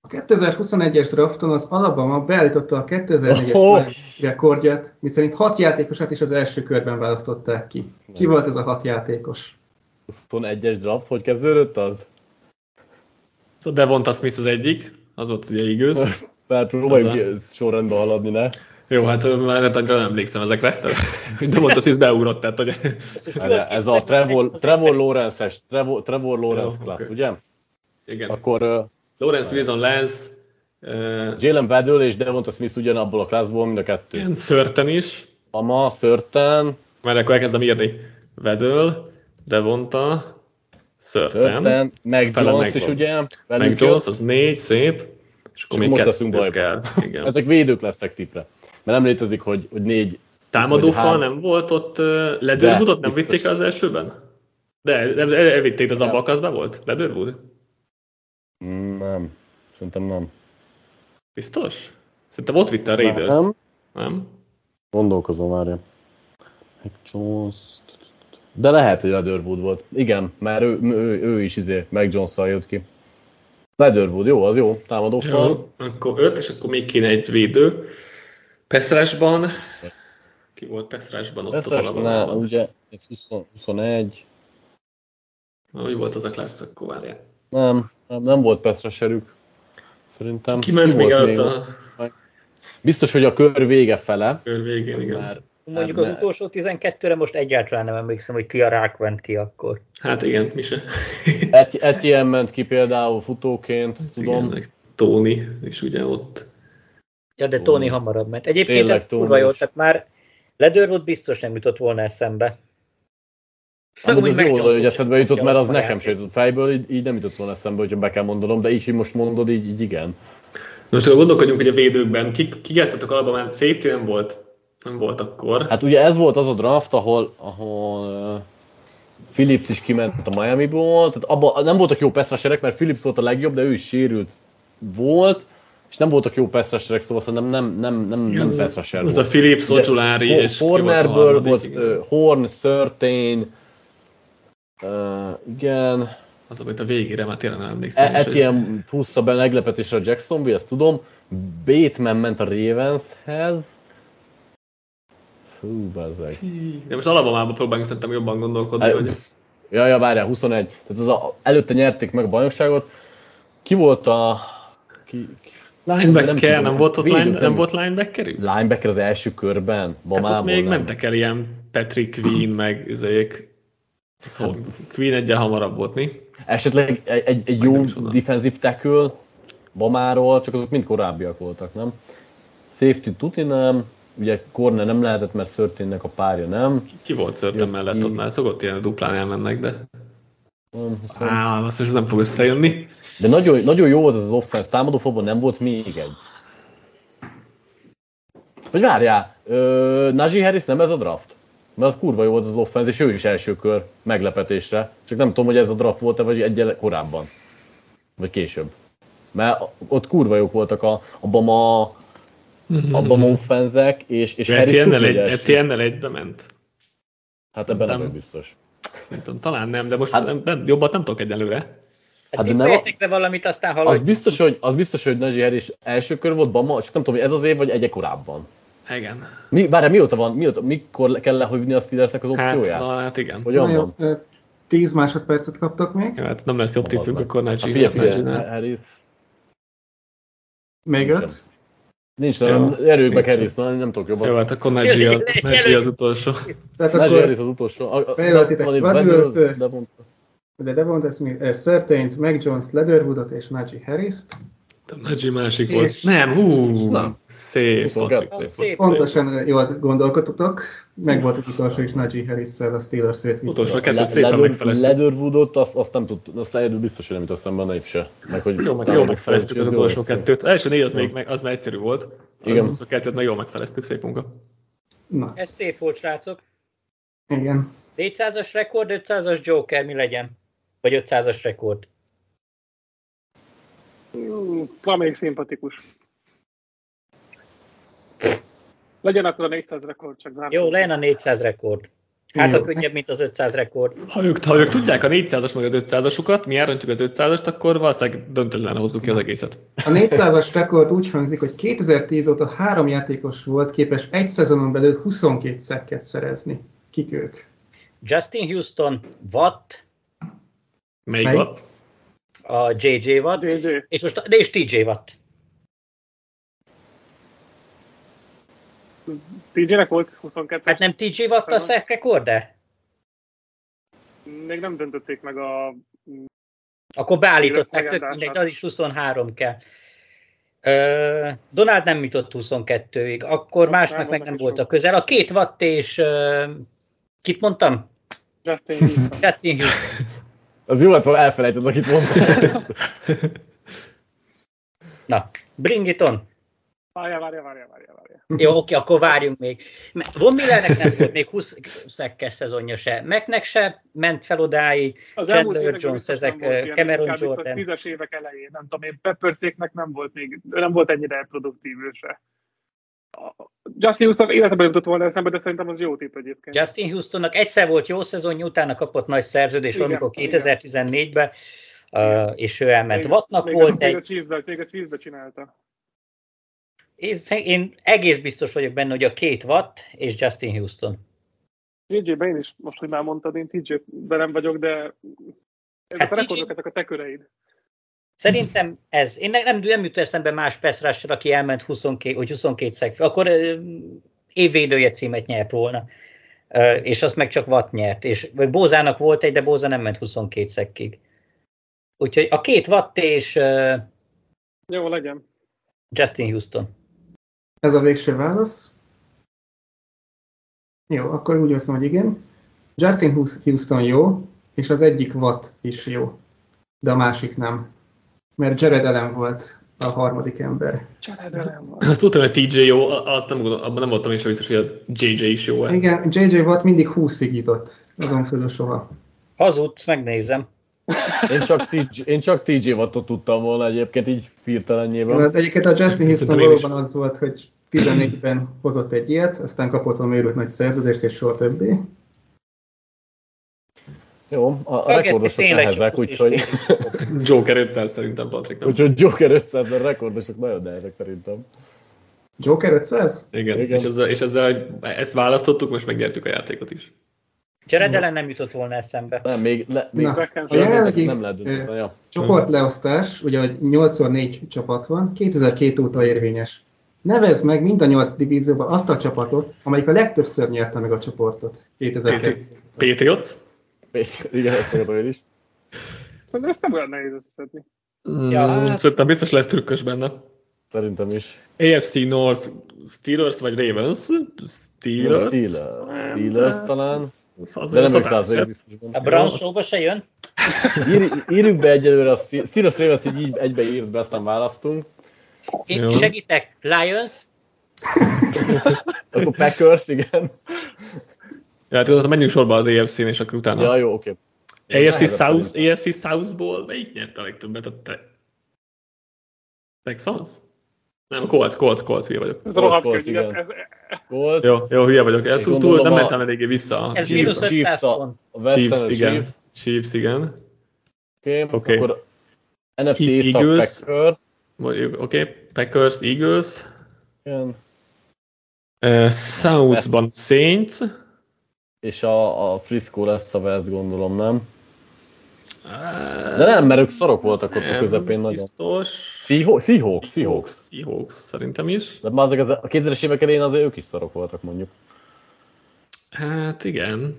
A 2021-es drafton az Alabama beállította a 2004-es Oho! oh. rekordját, miszerint hat játékosát is az első körben választották ki. Ki volt ez a hat játékos? 21-es draft, hogy kezdődött [LAUGHS] az? Szóval Devonta Smith az egyik, az ott ugye igaz. Tehát próbáljuk Azzal. ki- sorrendbe haladni, ne? Jó, hát ö, már nem, nem emlékszem ezekre, [LAUGHS] de, hogy Devonta Smith beugrott, tehát hogy Ez a Trevor, Trevor Lawrence-es, Trevor, Trevor Lawrence Jó, class, oké. ugye? igen. Akkor uh, Lawrence Wilson, Lance, uh, Jalen Waddell és Devonta Smith ugyanabból a klasszból, mind a kettő. igen, Sörten is, Ama, Sörten, mert akkor elkezdem írni. Vedöl, Devonta, Sörten, Sörten, meg Fele Jones is megvan. ugye? meg velünk Jones, az négy, szép, és akkor még És most kettő leszünk bajban. kell. Igen. Ezek védők lesznek tipre. Mert nem létezik, hogy, hogy négy... Támadó vagy fal három. nem volt ott, uh, Ledőrwoodot nem biztos. vitték el az elsőben? De, nem, el- elvitték, de az Nem. abban a klasszban volt? Ledőrwood? Mm, Nem. Szerintem nem. Biztos? Szerintem ott vitte a Raiders. Nem? Gondolkozom, várja. Meg Jones... De lehet, hogy Leatherwood volt. Igen, mert ő, ő, ő is izé, meg jones jött ki. Leatherwood, jó, az jó. Támadó fal. Jó, akkor öt, és akkor még kéne egy védő. Peszrásban, ki volt Peszrásban ott Ez az ne, alapban? ugye, ez 20, 21... Hogy volt az a klassz, akkor várjál. Nem, nem, nem volt Peszreserük. Szerintem. Kiment Ki még volt előtt a Biztos, hogy a kör vége fele. kör végén, igen. Már Mondjuk az Ne. utolsó 12-re most egyáltalán nem emlékszem, hogy ki a rákvent ki akkor. Hát igen, mi se. Et- Etienne ment ki például futóként, tudom. Igen, meg Tóni, és ugye ott. Ja, de Tony. Tony hamarabb ment. Egyébként Tényleg ez kurva Tony jó, is. tehát már Ledörwood biztos nem jutott volna eszembe. Amúgy Amúgy az meg jó, Johnson hogy sem eszedbe jutott, tudja mert az a nekem játék. se jutott fejből, így, így nem jutott volna eszembe, hogyha be kell mondanom, de így, hogy most mondod, így, így igen. Most akkor gondolkodjunk, hogy a védőkben, kik, kik játszottak alapban, mert safety nem volt. Nem volt akkor. Hát, Hát ugye ez volt az a draft, ahol, ahol eh, Phillips is kiment a Miami-ból, tehát abba, nem voltak jó peszreserek, mert Phillips volt a legjobb, de ő is sérült volt, és nem voltak jó peszreserek, szóval szerintem nem, nem, nem, nem peszreser az volt. a Philips, Ugye, Ocsulári Ho- és ki volt a Hornerből harmadik, volt igen. ö, Horn, Sörtén, uh, igen, Az, amit a végére már tényleg nem emlékszem. is, E- hogy- Etienne húzta be meglepetésre a Jacksonville, ezt tudom. Bateman ment a Ravenshez. Hú, bazzeg. De most Alabamába próbálunk szerintem jobban gondolkodni, Hát, hogy Ja, ja, várjál, 21. Tehát az a, előtte nyerték meg a bajnokságot. Ki volt a... Ki, ki, linebacker, tudom. nem volt ott Védők line, nem nem- volt linebackerük? Linebacker az első körben, Bamából Hát ott még nem. mentek el ilyen Patrick Queen, meg izék. Szóval Queen egyen hamarabb volt, mi? Hát Esetleg egy, egy, egy Majdnem jó csoda. defensive tackle, Bamáról, csak azok mind korábbiak voltak, nem? Safety tuti nem, ugye corner nem lehetett, mert Szörténnek a párja nem. Ki volt szörtem mellett ott már? Szokott ilyen duplán elmennek, de... Nem hiszem. Á, azt is nem fog összejönni. De nagyon, nagyon jó volt az az offense, támadófokban nem volt még egy. Hogy várjál, ö, Najee Harris nem ez a draft? Mert az kurva jó volt az offense, és ő is első kör meglepetésre. Csak nem tudom, hogy ez a draft volt-e, vagy egyel korábban. Vagy később. Mert ott kurva jók voltak a, a Bama, a Bama offenzek, és, és Harris tudja, Etienne-nel hogy egy, első. Etienne-nel egybe ment. Hát ebben nem Nem. vagyok biztos. Szerintem talán nem, de most Hát- nem, nem, jobbat nem tudok egyelőre. Hát Hát de itt nem a- vehetek le valamit, aztán Az hallod. biztos, hogy, az biztos, hogy Najee Harris első kör volt, Bama, csak nem tudom, hogy ez az év, vagy egy korábban. Igen. Mi, várjál, mióta van, mióta, mikor le- kell lehívni a Steelersnek az Hát, opcióját? na, hát igen. Hogyan Na jó, van? ö, 10 másodpercet kaptok még. Ja, hát nem lesz jobb Na, bazd tippünk, meg. akkor ne Hát figyelj, figyelj, csinál. Harris. Még Nincsen. 5. Nincs, Jó. nem, erőjük meg Nincs. Harris, na, nem tudok Jó, jobban. hát akkor Nagy az, Jelöljük, Nagy az utolsó. Tehát Najee akkor Harris az utolsó. A- a- Fejletitek, van itt Van Van Belt, Belt, Devont- de Devonta Smith, eh, Certain, Mac Jones, Leatherwoodot és Najee Harris-t. Nagy másik És- volt. Nem, hú, Nem. szép. Huszonkettő. Patrik, szép. Szép. Pontosan jól gondolkodtatok, meg volt az utolsó is Najee harris a steelers Utolsó a kettőt Le- szépen Leather- megfeleztük. Leatherwoodot, azt, azt nem tud, azt egyedül biztos, hogy nem jut eszembe a nép se. Meg, hogy Jó, meg, jól megfeleztük az Ez jó utolsó lesz. kettőt. Az első négy az még, meg- az már egyszerű volt. Az Igen. utolsó kettőt meg jól megfeleztük, szép munka. Na, Ez szép volt, srácok. igen. 400-as rekord, 500-as Joker, mi legyen? Vagy 500-as rekord. Mm, Valamelyik szimpatikus. Legyen akkor a 400 rekord, csak zárt. Jó, legyen a 400 rekord. Hát Jó. a könnyebb, mint az 500 rekord. Ha ők, ha ők tudják a 400-as meg az 500-asukat, mi elröntjük az 500-ast, akkor valószínűleg döntőtlen hozzuk ki az egészet. A 400-as rekord úgy hangzik, hogy 2010 óta három játékos volt képes egy szezonon belül 22 szekket szerezni. Kik ők? Justin Houston, Watt, Melyik Melyik? volt? a JJ Watt, JJ. és most de és TJ Watt. TJ-nek volt 22 Hát nem TJ Watt a szek rekorde? Még nem döntötték meg a... Akkor beállították, Legendás tök mindegy, lett. az is 23 kell. Ö, Donald nem jutott 22-ig, akkor másnak meg vannak nem is volt a sok. közel. A két watt és ö, kit mondtam? Justin Houston. Justin Houston. Az jó lett, ha elfelejtett, akit mondtam. Na, bring it on. Várjál, várjál, várjál, várjál, várjál. Jó, oké, akkor várjunk még. M- Von Millernek nem volt még 20 szekkes szezonja se. Meknek se ment fel odáig. Chandler években Jones, biztos nem ezek volt ö, ilyen, Cameron inkább itt a Jordan. Tízes évek elején, nem tudom én, Pepperszéknek nem volt még, ő nem volt ennyire produktív ő se. A- Justin Houston életemben jutott volna eszembe, de szerintem az jó tipp egyébként. Justin Houstonnak egyszer volt jó szezonja, utána kapott nagy szerződést, Igen, valamikor igen. 2014-ben, ö, és ő elment. Még- Wattnak még volt a, Még a egy, cheese még a cheese csinálta. én, én egész biztos vagyok benne, hogy a két Watt és Justin Houston. TJ-ben én is, most, hogy már mondtad, én TJ-ben nem vagyok, de ezek Hát a TJ rekordok, ezek a te köreid. Szerintem ez. Én ne- nem, nem jut eszembe más Peszrásra, aki elment 22, hogy 22 szeg. Akkor ö, évvédője címet nyert volna. Ö, és azt meg csak Watt nyert. És vagy Bózának volt egy, de Bóza nem ment 22 szekkig. Úgyhogy a két Watt és ö, Jó, legyen. Justin Houston. Ez a végső válasz. Jó, akkor úgy azt mondom, hogy igen. Justin Houston jó, és az egyik Watt is jó, de a másik nem. Mert Jared Allen volt a harmadik ember. Cseredelem van. Azt tudtam, hogy TJ jó, azt nem, gondolom- abban nem voltam is biztos, hogy a JJ is jó. Igen, J.J. Watt mindig 20-ig jutott, azon fölül soha. Hazudsz, megnézem. Én csak, TJ, én csak TJ Wattot tudtam volna egyébként így De hirtelenjében. Hát egyébként a Justin Houston Szerintem én is. valóban az volt, hogy 14-ben hozott egy ilyet, aztán kapott valami őrült nagy szerződést, és soha többé. Jó, a, a Geci rekordosok tényleg csak nehezek, 20 és úgyhogy, Joker 500 szerintem, Patrick, nem? úgyhogy Joker 500 ben rekordosok nagyon nehezek szerintem. Joker 500? Igen, Igen. és ezzel, és ezzel hogy ezt választottuk, most megnyertük a játékot is. Jared Allen nem jutott volna eszembe. Nem, még, le, még Na, Beckham a sem. jelenlegi nem lehet ö, dönteni. Ja. Csoportleosztás, ugye hogy 84 csapat van, 2002 óta érvényes. Nevezd meg mind a 8 divízióban azt a csapatot, amelyik a legtöbbször nyerte meg a csoportot 2002. Patriots? Igen, ezt akarom én is. Szerintem ezt nem olyan nehéz összeszedni. Ja, hát... Szerintem biztos lesz trükkös benne. Szerintem is. AFC North Steelers vagy Ravens? Steelers? Steelers, Steelers talán, Az de nem olyan ők százalék szokás. biztos A benne. Brown show se jön? Ír, írjuk be egyelőre a Ste- Steelers Ravens, így, így egybe írt be, aztán választunk. Én Jó. segítek. Lions? Akkor Packers, igen. Ja, hát tudod, menjünk sorba az AFC-n, és akkor utána. Ja, jó, oké. AFC, Nehezebb South, szerintem. AFC South-ból melyik nyerte a legtöbbet? A te... Texans? Nem, Colts, Colts, Colts, hülye vagyok. Ez rohadt Colts, könnyű. igen. Ez, Volt. Jó, jó, hülye vagyok. El, Én túl, túl, gondolom nem a- mentem eléggé vissza. a Ez Chiefs-ra. mínusz Chiefs, 500 Chiefs, a, pont. a Chiefs, Chiefs, igen. Chiefs, Chiefs, igen. oké. Oké. Akkor NFC Észak, Eagles. Packers. Mondjuk, Oké, okay. Packers, Eagles. Igen. Uh, Southban Saints. És a, a Frisco lesz a West, gondolom, nem? Uh, De nem, mert ők szarok voltak ott a közepén nagyon. Biztos. Seahawks, Seahawks, Seahawks. Seahawks, szerintem is. De már ezek az- a 2000-es évek elején azért ők is szarok voltak mondjuk. Hát igen.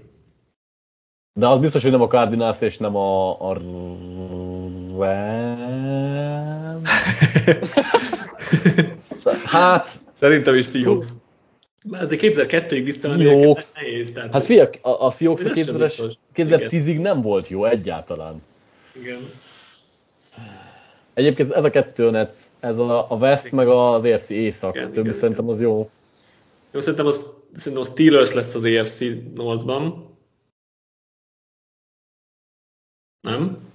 [LAUGHS] De az biztos, hogy nem a Cardinals és nem a, a Rams. Hát, Szerintem is Seahawks. Már azért 2002-ig visszamenni, Seahawks. ez nehéz. Tehát, hát figyelj, a, a Seahawks a Ez sem 2000-es, biztos. 2010-ig nem volt jó egyáltalán. igen. Egyébként ez a kettő net, ez a, a West meg az AFC Észak, Igen, a többi igen, szerintem az jó. Jó, szerintem, az, szerintem a Steelers lesz az AFC Northban. Nem?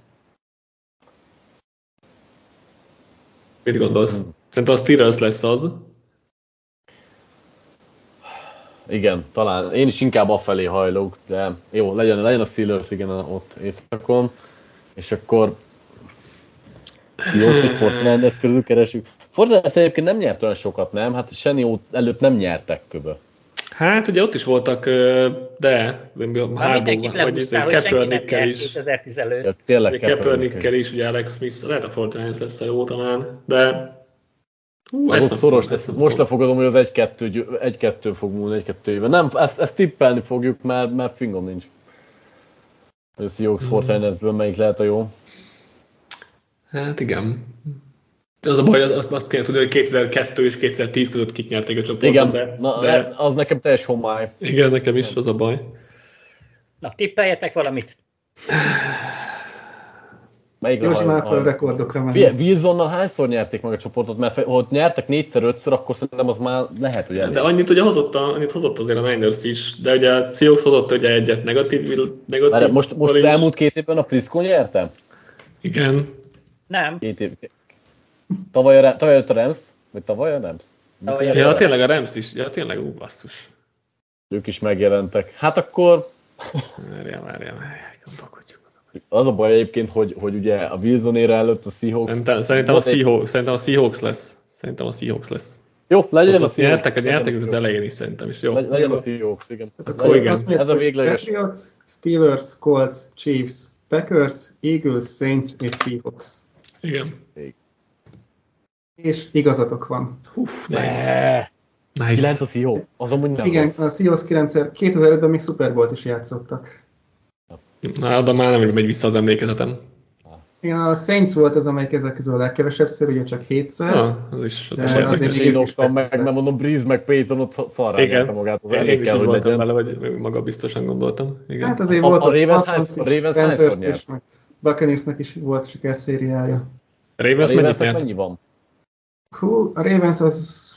Mit gondolsz? Szerintem a Steelers lesz az. Igen, talán. Én is inkább afelé hajlok, de jó, legyen, legyen a Steelers, igen, ott északon. És akkor Seahawks és Fortlanders közül keresünk. Fortlanders egyébként nem nyert olyan sokat, nem? Hát Senni ó- előtt nem nyertek köbö. Hát ugye ott is voltak, ö, de Már hárból, mindenkit vagy lehúztál, hogy senki nem izé Kaepernickkel nyert is. 2010 Ja, előtt. tényleg Ugye Kaepernickkel is, ugye Alex Smith, lehet a Fortnite lesz a jó talán, de... Hú, Ez nem szoros tudom, ezt lesz. nem Most tudom. lefogadom, hogy az 1-2, győ- 1-2 fog múlni, 1-2 éve. Nem, ezt, ezt tippelni fogjuk, mert, mert fingom nincs. Hogy A Seahawks Fortlandersből melyik lehet a jó. Hát igen. De Az a baj, azt, azt kéne tudni, hogy 2002 és 2010 között kik nyerték a csoportot, Igen, de, na, de az nekem teljes homály. igen, nekem is az a baj. Na, tippeljetek valamit. Melyik Józsi haj- már akkor a haj- rekordokra Figyelj, ment. Wilsonnal hányszor nyerték meg a csoportot, mert fe- ha ott nyertek négyszer, ötször, akkor szerintem az már lehet, hogy elég. De annyit ugye hozott, a, annyit hozott azért a Niners is, de ugye a Seahawks hozott ugye egyet negatív, negatív Várjál, most, most is. az elmúlt két évben a Frisco nyerte? Igen. Nem. Két év. Tavaly, a, Ra- tavaly előtt a Rams? Vagy tavaly a Rams? Tavaly Mikor előtt. Ja, nyertek? tényleg a Rams is, ja, tényleg, ú, basszus. Ők is megjelentek. Hát akkor Várjál, várjál, várjál, gondolkodjunk. az a baj egyébként, hogy, hogy ugye a Wilson ére előtt a Seahawks... Szerintem, szerintem, a Volt egy- Seahawks, szerintem a Seahawks lesz. Szerintem a Seahawks lesz. Jó, legyen a Ott Seahawks. nyertek, nyertek az elején is szerintem is. Jó. Legy- Legyen a Jó. Seahawks, igen. Akkor Legyen- igen. Azt mondjuk, Ez a hogy végleges. Patriots, Steelers, Colts, Chiefs, Packers, Eagles, Saints és Seahawks. Igen. És igazatok van. Uff, nice. Ne, nice. Kilenc a Seahawks. Az amúgy nem Igen, rossz. a Seahawks 9 2005-ben még Super Bowl-t is játszottak. Na, oda már nem megy vissza az emlékezetem. Igen, a Saints volt az, amelyik ezek közül a legkevesebbször, ugye csak hétszer. Ah, Hát Na, az is, az is De érdekes. azért Hát, Azért így írtam meg, is mert mondom, Breeze meg Payton ott szarrá Igen. magát, az Én elég is kell, így hogy voltam legyen. vele, vagy maga biztosan gondoltam. Igen. Hát azért A- volt a ott Ravens Falcons hányszor- is, Ravens hányszor Panthers nyert? is, meg Buccaneersnek is volt sikerszériája. Ravens mennyit A Ravensnek nyert? mennyi van? Hú, a Ravens az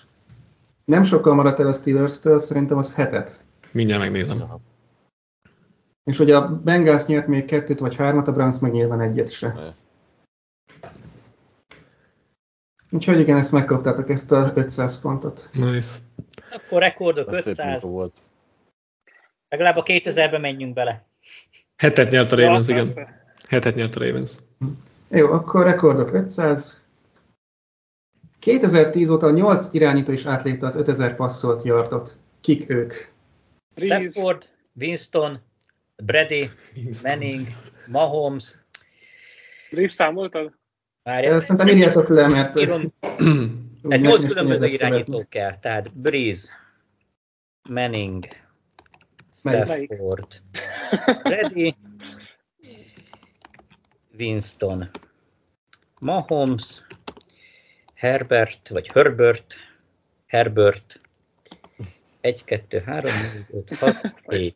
nem sokkal maradt el a Steelers-től, szerintem az hetet. Mindjárt megnézem. És ugye a Bengals nyert még kettőt vagy hármat, a Browns meg nyilván egyet Ne. se. Úgyhogy igen, ezt megkaptátok, ezt a 500 pontot. Nice. Akkor rekordok hát Ez szép 500. munka volt. Legalább a 2000-be menjünk bele. Hetet nyert a Ja, Ravens, igen. persze. Hetet nyert a Ravens. Jó, akkor rekordok 500. 2010 óta 8 irányító is átlépte az 5000 passzolt yardot. Kik ők? Breeze, Stafford, Winston, Brady, Manning, Mahomes. Breeze számoltad? Várjál. Ezt Szerintem írjátok le, mert... Írom. úgy Tehát nekem nyolc is különböző nehéz ezt irányító kell. Tehát Breeze, Manning, Melyik? Stafford, Brady, Winston, Mahomes, Herbert, vagy Herbert, Herbert, 1, 2, 3, 4, 5, 6, 7.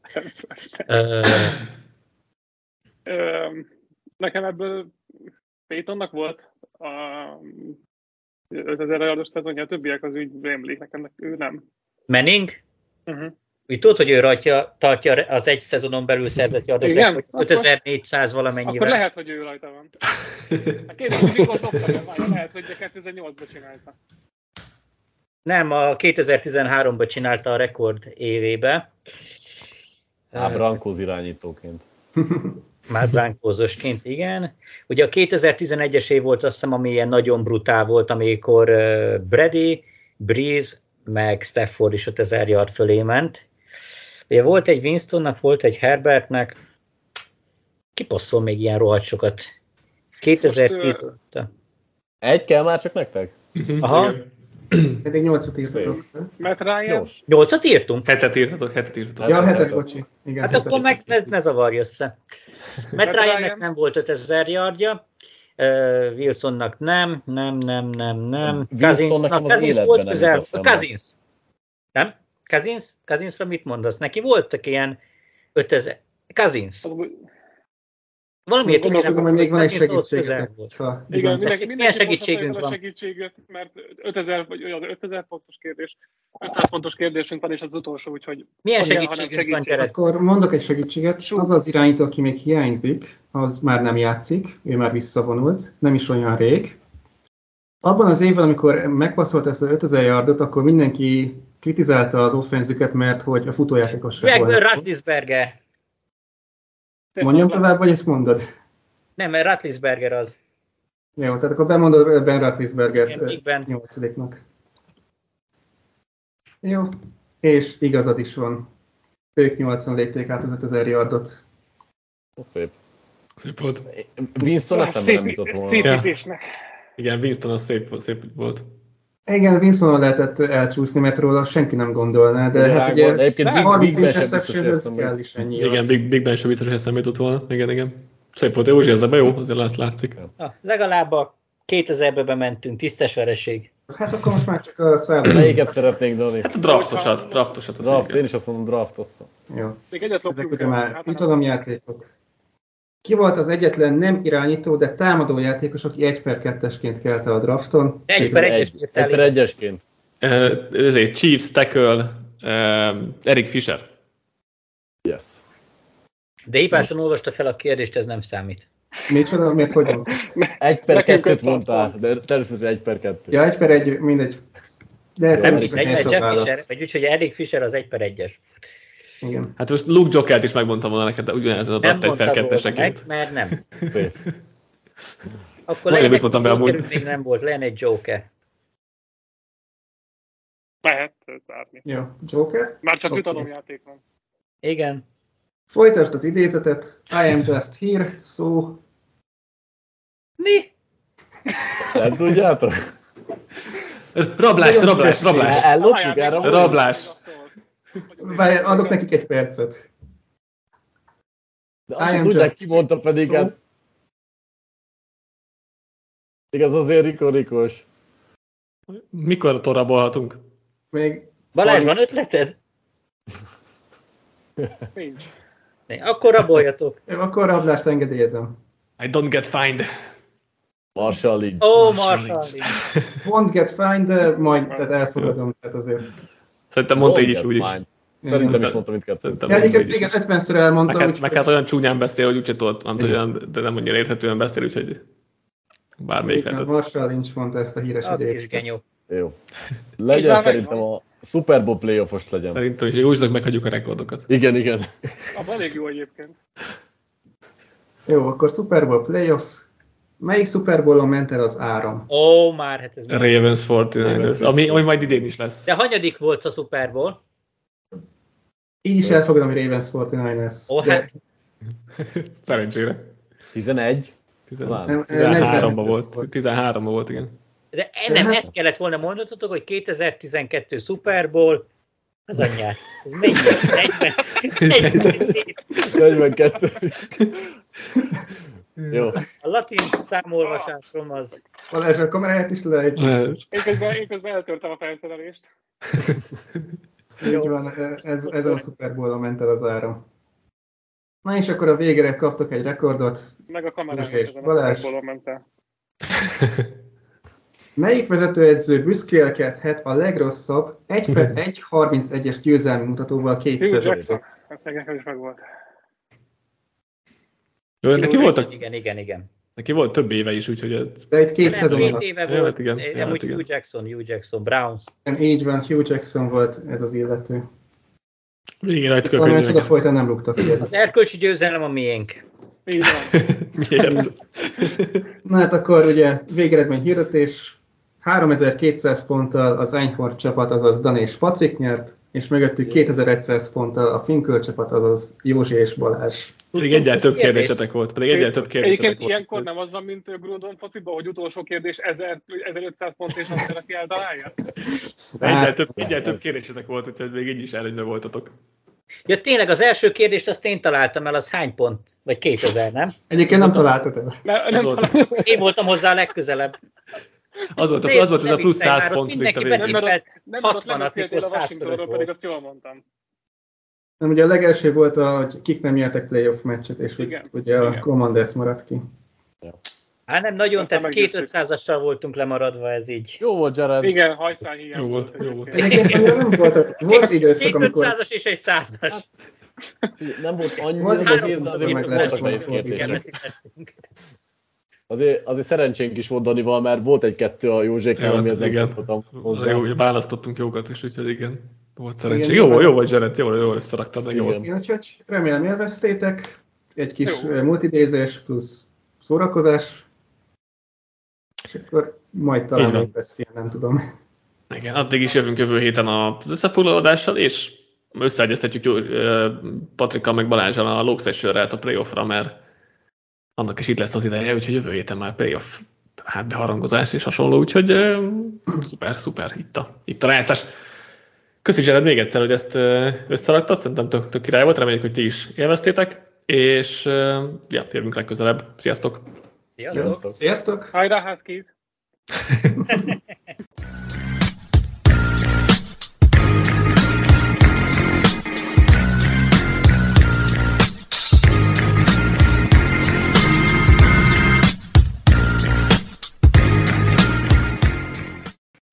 Öm, Nekem ebből Paytonnak volt a 5000 yardos szezonja, a többiek az úgy rémlik, nekem ő nem. Manning? Uh-huh. Úgy tudod, hogy ő rajta tartja az egy szezonon belül szerzett Igen, adott akkor- 5400 Akkor valamennyivel. lehet, hogy ő rajta [LAUGHS] van. Hát kérdezik, hogy mikor dobta be, várja, lehet, hogy 2008-ban csinálta. Nem, a 2013-ban csinálta a rekord évébe, Á, Brankóz irányítóként. már bránkózosként, igen. Ugye a 2011-es év volt azt hiszem, ami ilyen nagyon brutál volt, amikor ö, Brady, Breeze, meg Stafford is 5000 yard fölé ment. Ugye volt egy Winstonnak, volt egy Herbertnek, kipasszol még ilyen rohadt sokat. 2010 ö, óta. Egy kell már csak nektek? hm, Aha. Eddig 8-at írtatok. Mert Ryan, Gyors. Nyolcat írtunk? Hetet írtatok, hetet írtatok. Ja, hetet, hetet. bocsi. Igen, Hát hetet. akkor meg ne, ne zavarj össze. Matt Matt Ryannek Ryan. nem volt 5000 yardja, ö, Wilsonnak nem, nem, nem, nem, nem. Wilson Kazinsnak nekem az Kazins életben volt nem közel. jutott eszembe. Kazins. Nem? Kazins? Kazinsra mit mondasz? Neki voltak ilyen 5000... Kazins. Valamiért Gondolkozom, Gondolkozom, hogy még van egy segítségetek. volt. ha igen, bizony- mindenki, Milyen mindenki segítségünk mondhatja el a van? segítséget, mert 5000, vagy olyan 5000 pontos kérdés, 500 pontos kérdésünk van, és az utolsó, úgyhogy Milyen Hogyan, ha nem segítségünk van segítség? kereszt? Akkor mondok egy segítséget. Az az irányító, aki még hiányzik, az már nem játszik, ő már visszavonult, nem is olyan rég. Abban az évben, amikor megpasszolt ezt az 5000 yardot, akkor mindenki kritizálta az offenzüket, mert hogy a futójátékos se Greg volt. Ratlisberger. Mondjam tovább, vagy ezt mondod? Nem, mert Ratlisberger az. Jó, tehát akkor bemondod Ben Roethlisbergert Igen, ö, Big Ben. nyolcadiknak. Jó, és igazad is van. Ők 80 lépték át az 5000 yardot. Ez Szép. Szép volt. Winston Ah, eszembe nem szép- jutott volna. Szépítésnek. Igen, Winston az szép, szép volt. Igen, Winsonon lehetett elcsúszni, mert róla senki nem gondolná, de hát Rágott. ugye Egyébként nem, Big- 30 Big Ben sem biztos interceptionhöz értem, kell hogy- is ennyi. Igen, Big, Big Ben sem biztos, hogy eszembe jutott volna. Igen, igen. Szép volt, Józsi, ez ebben jó, azért azt látszik. Na, legalább a 2000-be bementünk, tisztes vereség. Hát akkor most már csak a százalék. Melyiket szeretnénk, Dani? Hát a draftosat, draftosat az Draft, igen. én is azt mondom, draft. Azt Jó. Még egyet Ezek lopjunk ugye el. már Hát, jutalomjátékok. Ki volt az egyetlen nem irányító, de támadó játékos, aki 1 per 2-esként kelte a drafton? Egy per egy, egyes egy írtál, per egyesként. Eh, Ezért Chiefs, Tackle, eh, Eric Fisher. Yes. De hibásan olvasta fel a kérdést, ez nem számít. Micsoda, miért hogy mondtad? Egy per Nekünk kettőt öt mondtál, de természetesen egy per kettő. Ja, egy per egy, mindegy. De nem is mindegy, Egy nehéz per a Jeff Fisher, válasz. vagy úgyhogy Eric Fisher az egy per egyes. Igen. Hát most Luke Jokert is megmondtam volna neked, de ugyanezen a Nem draft 1 per mondta volna 2 meg, mert nem. Szép. Akkor Majdnem legyen mit egy mondtam be amúgy. Jokerünk még nem volt, legyen egy Joker. Lehet zárni. Jó, Joker. Már csak Oké. jutalomjáték van. Igen. Folytasd az idézetet. I am just here, so... Mi? Nem tudjátok? Rablás, rablás, rablás. El- Ellopjuk, Ajánlják, elraboljuk? Rab- Rablás. Várj, adok nekik egy percet. De I azt am tudják, just hát- ki mondta pedig, so- hát Igaz, azért Riko Rikos. Mikor torabolhatunk? Még Balázs, Harminc- van ötleted? Nincs. Ne, Akkor raboljatok. Jó, akkor rablást engedélyezem. I don't get fined. Marshall Lynch. Ó, oh, Marshall Marshall. Won't get fine, de majd tehát elfogadom, tehát azért. Szerintem mondta így is, Don't úgy is. get mine. Szerintem is Igen. mondtam mindkettőt. Szerintem. Ja, egyébként Így is. igen, 50-szer elmondtam, Meg, úgyhogy meg hát olyan csúnyán beszél, hogy úgyse tudod, nem, tudom, olyan, de nem annyira érthetően beszél, úgyhogy bármelyik igen, lehetett. Marshall Lynch mondta ezt a híres Az is idézést. genyó. Jó. Így van, Legyen szerintem megvan. a Super Bowl playoffos legyen. Szerintem is Józsnak meghagyjuk a rekordokat. Igen, igen. Abban elég jó egyébként. Jó, akkor Super Bowl playoff. Melyik Super Bowl-on ment el az áram? Ó, már, hát ez már. Ravens 49 ami, ami majd idén is lesz. De hanyadik volt a Super Bowl? Így is elfogadom, hogy Ravens 49ers. Ó, de hát Szerencsére. 11. Tizen- Nem, 13-ban 45 volt. volt. 13-ban volt, igen. De e- De nem, hát- ezt kellett volna mondatotok, hogy 2012 Super Bowl, az anyját. Ez mennyi? 40, 44. [LAUGHS] 42. Jó. A latin számolvasásom az Balázs, a kameráját is leegy. Én közben, én közben eltörtem a felszerelést. Így van, e, ez, ez a Super Bowl-on ment el az áram. Na és akkor a végére kaptok egy rekordot. Meg a kamerát. Oké, és ezen a Balázs. bolon ment el. Melyik vezetőedző büszkélkedhet a legrosszabb 1 per 1.31-es győzelmi mutatóval Hugh kétszer? Jackson. Ez nekem is megvolt. Jó, neki, voltak, Igen, igen, igen. neki volt több éve is, úgyhogy ez... De egy két Nem, szezon két alatt. éve Jó, volt, hát igen, nem jó, hát úgy igen. Hugh Jackson, Hugh Jackson, Browns. Igen, Így van, Hugh Jackson volt ez az illető. Végén rajt Valami kökönyvek. csoda folytán nem rúgtak ki ez. Az erkölcsi győzelem a miénk. Így van. [LAUGHS] Miért? Na hát akkor ugye végeredmény hirdetés. 3200 ponttal az Einhorn csapat, azaz Dan és Patrik nyert, és mögöttük 2100 ponttal a Finköl csapat, azaz Józsi és Balázs. Pedig egyáltalán több kérdésetek volt. Pedig egyáltalán több kérdésetek Egyébként volt. ilyenkor nem az van, mint Grundon fociban, hogy utolsó kérdés 1000, 1500 pont és azt valaki eltalálja? Egyáltalán több, egyáltalán több kérdésetek volt, úgyhogy még így is előnyben voltatok. Ja tényleg, az első kérdést azt én találtam el, az hány pont? Vagy 2000, nem? Egyébként nem találtad el. Ne, Az nem volt, találom. Én voltam hozzá a legközelebb. az volt, Nézd, az volt ez ne a plusz viccelj 100 már, ott pont itt a mindenki Nem, végén. mert ott, 60-at nem, mert ott mikor lebeszéltél a 100 Washingtonról, volt. pedig azt jól mondtam. Nem, ugye a legelső volt, a, hogy kik nem nyertek playoff meccset, és hogy Igen. ugye a Igen. Commanders maradt ki. Hát nem nagyon, Aztán tehát meggyőztük. 2500-assal voltunk lemaradva, ez így. Jó volt, Jared. Igen, hajszál hiány. Jó volt, jó volt. Egyébként annyira nem voltak, volt időszak, amikor 2500-as és egy 100-as. Nem volt annyira Volt nehéz, igaz, de hogy azért meg voltak lehet nehéz volna kérdések. fordítani. Azért, azért szerencsénk is volt Danival, mert volt egy-kettő a Józséknál, Jó, hát amihez nem igen. szokottam Az hozzá. Jó, hogy választottunk jókat is, úgyhogy igen. Volt szerencsé. Igen, Jó, igen. jó volt Zsenet, jól, jól összeraktad meg, jól. Igen. Igen, úgyhogy remélem élveztétek. Egy kis Jó. Jó. multidézés plusz szórakozás. És akkor majd talán Így van. még beszél, nem tudom. Igen, addig is jövünk jövő héten az összefoglalódással, és összeegyeztetjük Gyur- ö, Patrikkal meg Balázsal a Log Sessionrel a playoffra, mert annak is itt lesz az ideje, úgyhogy jövő héten már playoff hát beharangozás és hasonló, úgyhogy ö, szuper, szuper, itt a, itt a rájátszás. Köszi Zsered még egyszer, hogy ezt ö, összeraktad, szerintem tök, tök király volt, reméljük, hogy ti is élveztétek, és ö, ja, jövünk legközelebb. Sziasztok! Sziasztok! Sziasztok! Hajrá, Huskies!